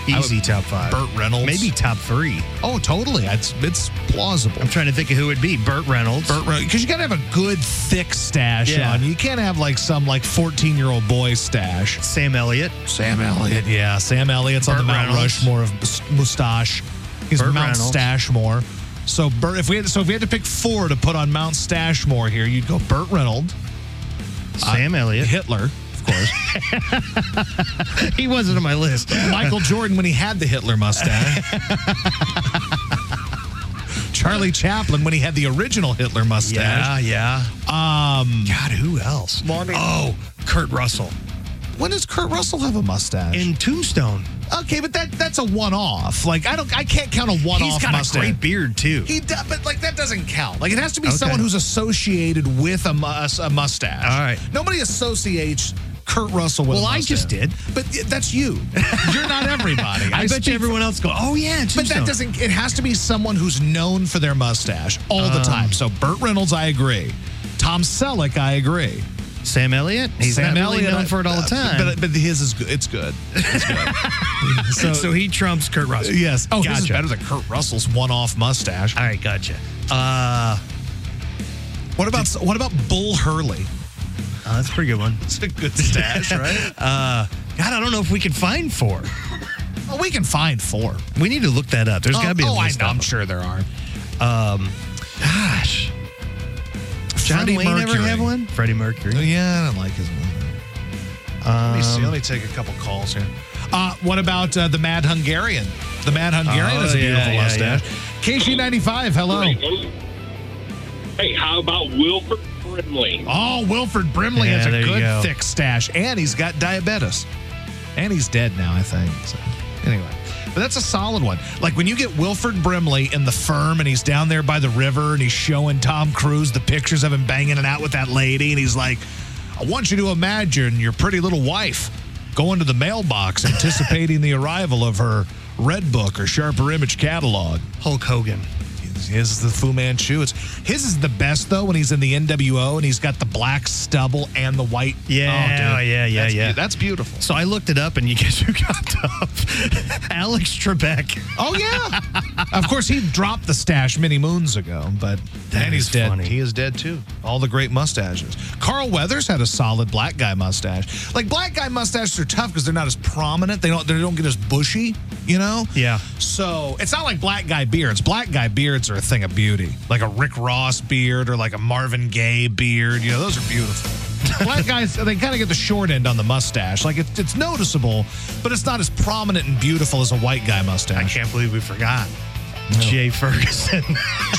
S2: Easy
S1: would-
S2: top five.
S1: Burt Reynolds.
S2: Maybe top three.
S1: Oh, totally. It's, it's plausible.
S2: I'm trying to think of who it would be. Burt Reynolds.
S1: Because you got to have a good, thick stash
S2: Yeah.
S1: on you. You can't have like some like 14 year old boy stash.
S2: Sam Elliott.
S1: Sam Elliott. Yeah, Sam Elliott's on
S2: Burt
S1: the Mount
S2: Reynolds.
S1: Rushmore of s- mustache. He's
S2: Burt
S1: Mount
S2: Reynolds.
S1: Stashmore. So Burt, if we had, so if we had to pick four to put on Mount Stashmore here, you'd go Burt Reynolds,
S2: Sam Elliott.
S1: Hitler, of course,
S2: He wasn't on my list.
S1: Michael Jordan when he had the Hitler mustache. Charlie Chaplin when he had the original Hitler mustache.
S2: Yeah, yeah.
S1: Um,
S2: God, who else? Oh, Kurt Russell.
S1: when does Kurt Russell have a mustache?
S2: In Tombstone.
S1: okay, but that that's a one-off. Like I don't, I can't count a one-off.
S2: He's got
S1: mustache.
S2: a great beard, too.
S1: He does, but like that doesn't count. Like it has to be
S2: Okay.
S1: someone who's associated with a, mu- a mustache.
S2: All right.
S1: Nobody associates Kurt Russell with.
S2: Well,
S1: a
S2: I
S1: mustache.
S2: just did.
S1: but y- that's you. You're not everybody.
S2: I, bet you
S1: speak-
S2: everyone else go, oh, yeah,
S1: But
S2: Tombstone.
S1: that doesn't. It has to be someone who's known for their mustache all
S2: Oh.
S1: the time. So Burt Reynolds, I agree. Tom Selleck, I agree.
S2: Sam Elliott. He's
S1: Sam
S2: not
S1: Elliott,
S2: really known
S1: I-
S2: for it all the
S1: uh,
S2: time.
S1: But but his is good. It's good. It's good.
S2: so, he trumps Kurt Russell.
S1: yes. Oh, his is
S2: gotcha.
S1: better than Kurt Russell's one-off mustache.
S2: All right, gotcha. Uh,
S1: What about what about Bull Hurley?
S2: oh, that's a pretty good one.
S1: It's a good stash, right?
S2: Uh, God, I don't know if we can find four.
S1: well, we can find four.
S2: We need to look that up. There's
S1: oh,
S2: got to be a
S1: oh, I
S2: list.
S1: know,
S2: of
S1: I'm
S2: them.
S1: sure there are.
S2: Um, gosh, John
S1: Freddie
S2: Wayne ever
S1: Mercury.
S2: have one? Oh, Freddie Mercury.
S1: Oh, Yeah, I don't like his one. let me see. Let me take a couple calls here. Uh, what about uh, the Mad Hungarian? The Mad Hungarian
S2: Oh,
S1: is a
S2: yeah,
S1: beautiful
S2: yeah,
S1: mustache. KC95, hello.
S13: Hey, how about Wilford Brimley?
S1: Oh, Wilfred Brimley
S2: Yeah,
S1: has a
S2: there you
S1: good
S2: go.
S1: thick stash, and he's got diabetes, and he's dead now, I think. So, anyway, but that's a solid one. Like when you get Wilfred Brimley in the firm, and he's down there by the river, and he's showing Tom Cruise the pictures of him banging it out with that lady, and he's like, "I want you to imagine your pretty little wife going to the mailbox, anticipating the arrival of her." Red Book or Sharper Image catalog.
S2: Hulk Hogan.
S1: His is the Fu Manchu. It's his is the best though when he's in the NWO and he's got the black stubble and the white. Oh,
S2: Yeah,
S1: dude.
S2: yeah, yeah,
S1: That's-
S2: yeah.
S1: That's beautiful.
S2: So I looked it up, and you guess who got up? Alex Trebek.
S1: Oh yeah. of course, he dropped the stash many moons ago, but
S2: That
S1: and
S2: is
S1: he's dead.
S2: funny.
S1: He is dead too. All the great mustaches. Carl Weathers had a solid black guy mustache. Like black guy mustaches are tough because they're not as prominent. They don't they don't get as bushy. You know.
S2: Yeah.
S1: So it's not like black guy beards. Black guy beards are a thing of beauty, like a Rick Ross beard or like a Marvin Gaye beard. You know, those are beautiful. black guys, they kind of get the short end on the mustache. Like it's it's noticeable, but it's not as prominent and beautiful as a white guy mustache. I
S2: can't believe we forgot. Jay Ferguson.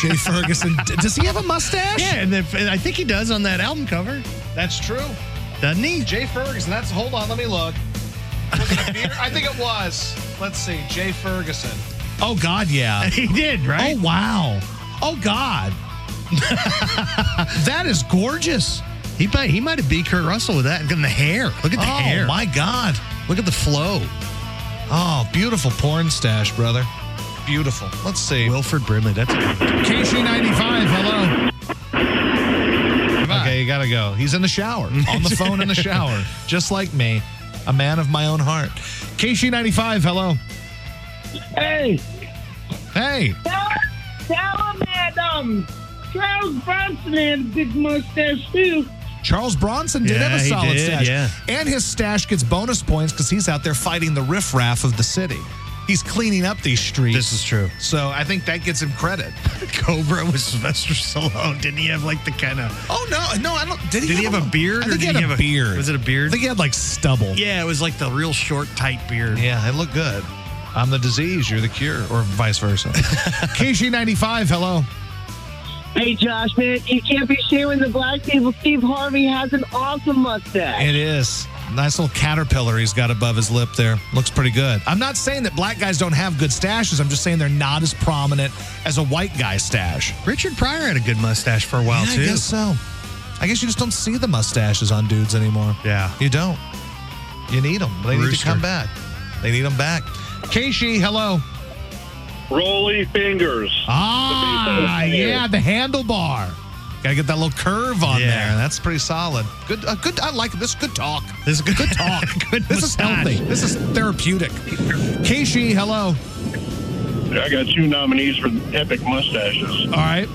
S1: Jay Ferguson. D- Does he have a mustache?
S2: Yeah, and, if- and I think he does on that album cover,
S1: That's true.
S2: doesn't he?
S1: Jay Ferguson. That's hold on. Let me look. Was it a beard? I think it was. Let's see. Jay Ferguson. Oh God, yeah.
S2: He did, right?
S1: Oh wow. Oh God. that is gorgeous.
S2: He might he might have beat Kurt Russell with that. Look at the hair. Look at the
S1: oh
S2: hair.
S1: my God.
S2: Look at the flow.
S1: Oh, beautiful porn stash, brother. Beautiful. Let's see.
S2: Wilford Brimley. That's
S1: KC95, hello. Okay, you gotta go. He's in the shower, on the phone in the shower, just like me, a man of my own heart. KC95, hello.
S4: Hey,
S1: Hey,
S11: Tell, tell him that um, Charles Bronson had a big mustache too.
S1: Charles Bronson did
S2: Yeah,
S1: have a
S2: he
S1: solid
S2: did,
S1: stash.
S2: yeah.
S1: And his stash gets bonus points because he's out there fighting the riffraff of the city. He's cleaning up these streets.
S2: This is true.
S1: So I think that gets him credit.
S2: Cobra with Sylvester Stallone. Didn't he have like the kind of
S1: Oh no, no, I don't. Did he,
S2: Did he have a beard
S1: I
S2: or
S1: think he
S2: did
S1: had
S2: he
S1: a
S2: have a-
S1: beard.
S2: was it a beard?
S1: I think he had like stubble.
S2: Yeah, it was like the real short, tight beard.
S1: Yeah, it looked good. I'm the disease, you're the cure, or vice versa. KG95, hello.
S11: Hey Josh, man, you can't be shaming the black people. Steve Harvey has an awesome mustache.
S1: It is. Nice little caterpillar he's got above his lip there. Looks pretty good. I'm not saying that black guys don't have good stashes. I'm just saying they're not as prominent as a white guy stash.
S2: Richard Pryor had a good mustache for a while
S1: Yeah, I
S2: too.
S1: guess so. I guess you just don't see the mustaches on dudes anymore.
S2: Yeah.
S1: You don't. You need them. They need to
S2: Rooster.
S1: come back. They need them back. Keishi, hello.
S13: Rolly fingers.
S1: Ah, yeah, the handlebar. Gotta get that little curve on
S2: Yeah.
S1: there. That's pretty solid. Good, uh, good. I like this. Good talk.
S2: This is good,
S1: Good talk.
S2: good
S1: this
S2: mustache.
S1: is healthy. This is therapeutic. Keishi, hello.
S12: I got two nominees for epic mustaches.
S1: All right.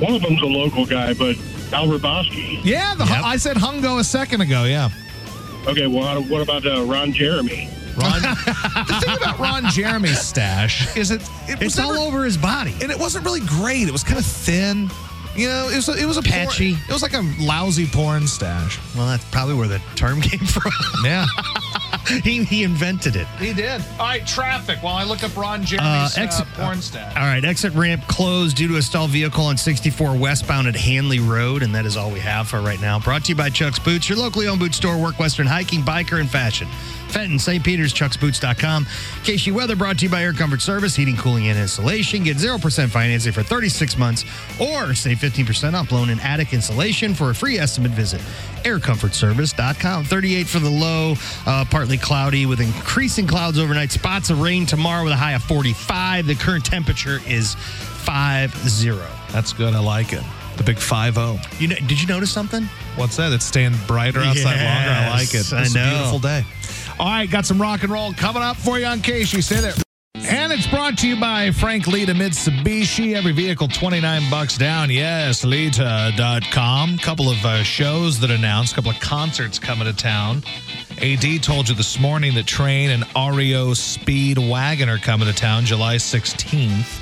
S12: One of them's a local guy, but Al Raboski.
S1: Yeah, the, I said Hungo a second ago. Yeah.
S12: Okay, well, what about uh, Ron Jeremy?
S1: Ron. the thing about Ron Jeremy's stash is it, it was
S2: It's all
S1: never-
S2: over his body.
S1: and it wasn't really great. It was kind of thin. You know, it was a, it was a porn-
S2: Patchy.
S1: it was like a lousy porn stash.
S2: Well, that's probably where the term came from.
S1: Yeah,
S2: he, he invented it.
S1: he did. All right, traffic. While I look up Ron
S2: Uh,
S1: Jeremy's
S2: exit
S1: uh, porn stash.
S2: All right, exit ramp closed due to a stalled vehicle on 64 westbound at Hanley Road, and that is all we have for right now. Brought to you by Chuck's Boots, your locally owned boot store, work western hiking, biker, and fashion. Fenton, St. Peter's, chucksboots.com. KC Weather brought to you by Air Comfort Service, heating, cooling, and insulation. Get 0% financing for 36 months or save 15% off loan and attic insulation for a free estimate visit. AirComfortService.com. 38 for the low, uh, partly cloudy with increasing clouds overnight. Spots of rain tomorrow with a high of 45. The current temperature is 50.
S1: That's good. I like it. The big five oh. zero.
S2: You know, did you notice something?
S1: What's that? It's staying brighter outside longer. I like it.
S2: Yes, I
S1: It's a
S2: know.
S1: beautiful day. All right, got some rock and roll coming up for you on Casey. Stay there. And it's brought to you by Frank Lita Mitsubishi. Every vehicle, 29 bucks down. Yes, Lita.com. Couple of uh, shows that announced, couple of concerts coming to town. AD told you this morning that Train and REO Speed Wagon are coming to town July 16th.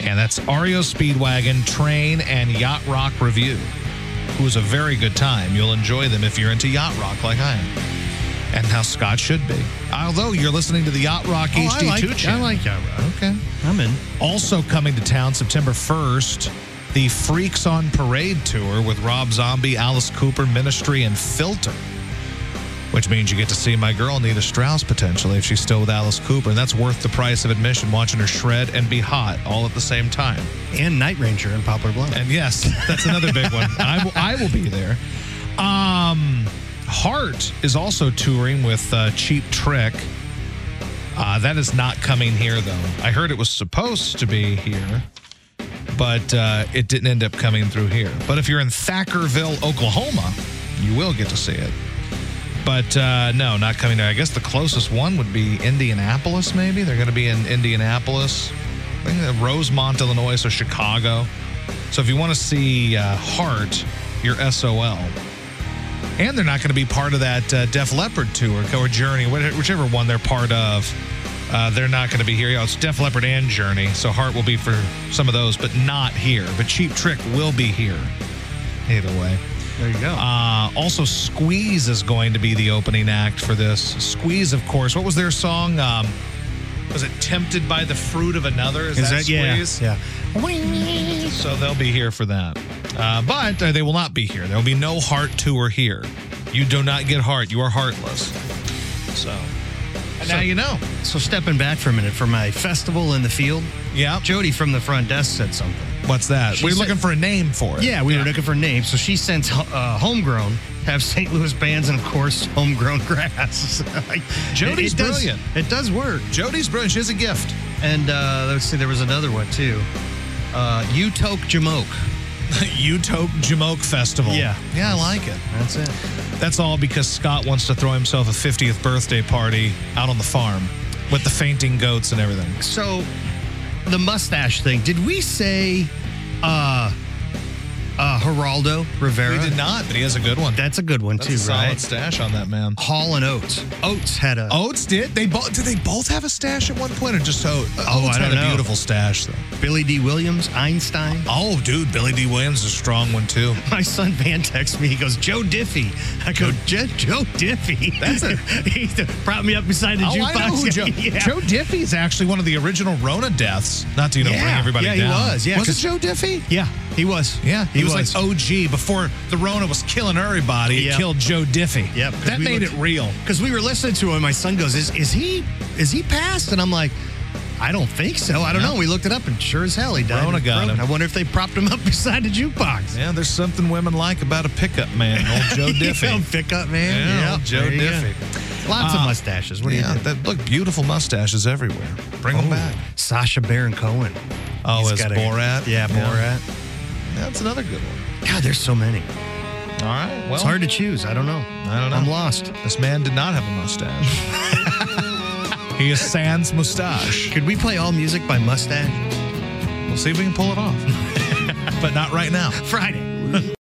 S1: And that's REO Speedwagon, Train, and Yacht Rock Review who is a very good time. You'll enjoy them if you're into yacht rock like I am, and how Scott should be. Although you're listening to the Yacht Rock
S2: Oh, I
S1: HD2
S2: like-
S1: channel.
S2: I like Yacht Rock.
S1: Okay.
S2: I'm in.
S1: Also coming to town September 1st, the Freaks on Parade tour with Rob Zombie, Alice Cooper, Ministry, and Filter. Which means you get to see my girl Nita Strauss potentially if she's still with Alice Cooper, and that's worth the price of admission. Watching her shred and be hot all at the same time.
S2: And Night Ranger in Poplar Bluff.
S1: And yes, that's another big one. I will, I will be there. Um, Hart is also touring with uh, Cheap Trick. Uh, that is not coming here, though. I heard it was supposed to be here, but uh, it didn't end up coming through here. But if you're in Thackerville, Oklahoma, you will get to see it. But uh, no, not coming there. I guess the closest one would be Indianapolis, maybe. They're going to be in Indianapolis. I think they're Rosemont, Illinois, so Chicago. So if you want to see uh, Heart, your SOL. And they're not going to be part of that uh, Def Leppard tour or Journey, wh- whichever one they're part of. Uh, they're not going to be here. Yeah, it's Def Leppard and Journey, so Heart will be for some of those, but not here. But Cheap Trick will be here. Either way. There you go. Uh, also, Squeeze is going to be the opening act for this. Squeeze, of course. What was their song? Um, was it Tempted by the Fruit of Another? Is, that, Squeeze?
S2: yeah,
S1: yeah. So they'll be here for that. Uh, but uh, they will not be here. There will be no Heart tour here. You do not get Heart. You are heartless. So. And now you know.
S2: So stepping back for a minute for my festival in the field.
S1: Yeah.
S2: Jody from the front desk said something.
S1: What's that? We're looking for a name for it.
S2: Yeah, we were looking for names. So she sends uh, homegrown, have St. Louis bands, and of course homegrown grass. Like,
S1: Jody's
S2: does-
S1: brilliant.
S2: it does work.
S1: Jody's brilliant. She has a gift.
S2: And uh, let's see, there was another one too. Uh, you toke jamoke.
S1: Utope Jamoke Festival.
S2: Yeah.
S1: Yeah, I like it.
S2: That's it.
S1: That's all because Scott wants to throw himself a 50th birthday party out on the farm with the fainting goats and everything.
S2: So the mustache thing. Did we say uh uh Geraldo Rivera?
S1: We did not, but he has a good one.
S2: That's a good one
S1: That's
S2: too,
S1: a solid Oh.
S2: right?
S1: stash on that man.
S2: Hall and Oates. Oates had a
S1: Oates did. They both did. They both have a stash at one point, or just Oates?
S2: Oh,
S1: Oates
S2: I don't
S1: had a
S2: know.
S1: beautiful stash though.
S2: Billy D. Williams, Einstein.
S1: Oh, dude, Billy D. Williams is a strong one too.
S2: My son Van texts me. He goes, Joe Diffie. I go, Joe, Joe Diffie.
S1: That's it.
S2: he brought me up beside the
S1: Oh,
S2: jukebox.
S1: I know who Joe.
S2: Yeah.
S1: Joe Diffie's actually one of the original Rona deaths. Not to you know bring
S2: Yeah.
S1: everybody
S2: Yeah, he
S1: down.
S2: was. Yeah,
S1: was it
S2: 'cause-
S1: Joe Diffie?
S2: Yeah, he was.
S1: Yeah, he,
S2: He
S1: was,
S2: was. "Oh,
S1: like OG before the Rona was killing everybody. It
S2: Yeah.
S1: killed Joe Diffie.
S2: Yep, 'cause
S1: that
S2: we
S1: made
S2: looked-
S1: it real.
S2: Because we were listening to him, my son goes, "Is is he is he passed?" And I'm like, "I don't think so. I don't
S1: No.
S2: know." We looked it up, and sure as hell, he died.
S1: Rona
S2: of
S1: got him.
S2: I wonder if they propped him up beside the jukebox.
S1: Yeah, there's something women like about a pickup man, old Joe
S2: You
S1: Diffie.
S2: know, pickup man.
S1: Yeah,
S2: Yep,
S1: old Joe
S2: there you go.
S1: Diffie.
S2: Lots
S1: Uh,
S2: of mustaches. What do
S1: yeah,
S2: you think?
S1: that, look, beautiful mustaches everywhere. Bring them
S2: Oh,
S1: back.
S2: Sasha Baron Cohen.
S1: Oh,
S2: He's
S1: as
S2: got a-
S1: Borat?
S2: Yeah,
S1: Yeah.
S2: Borat.
S1: That's another good one.
S2: God, there's so many.
S1: All right. Well,
S2: it's hard to choose. I don't know.
S1: I don't know.
S2: I'm lost.
S1: This man did not have a mustache. he is sans mustache.
S2: Could we play all music by mustache?
S1: We'll see if we can pull it off, but not right now.
S2: Friday.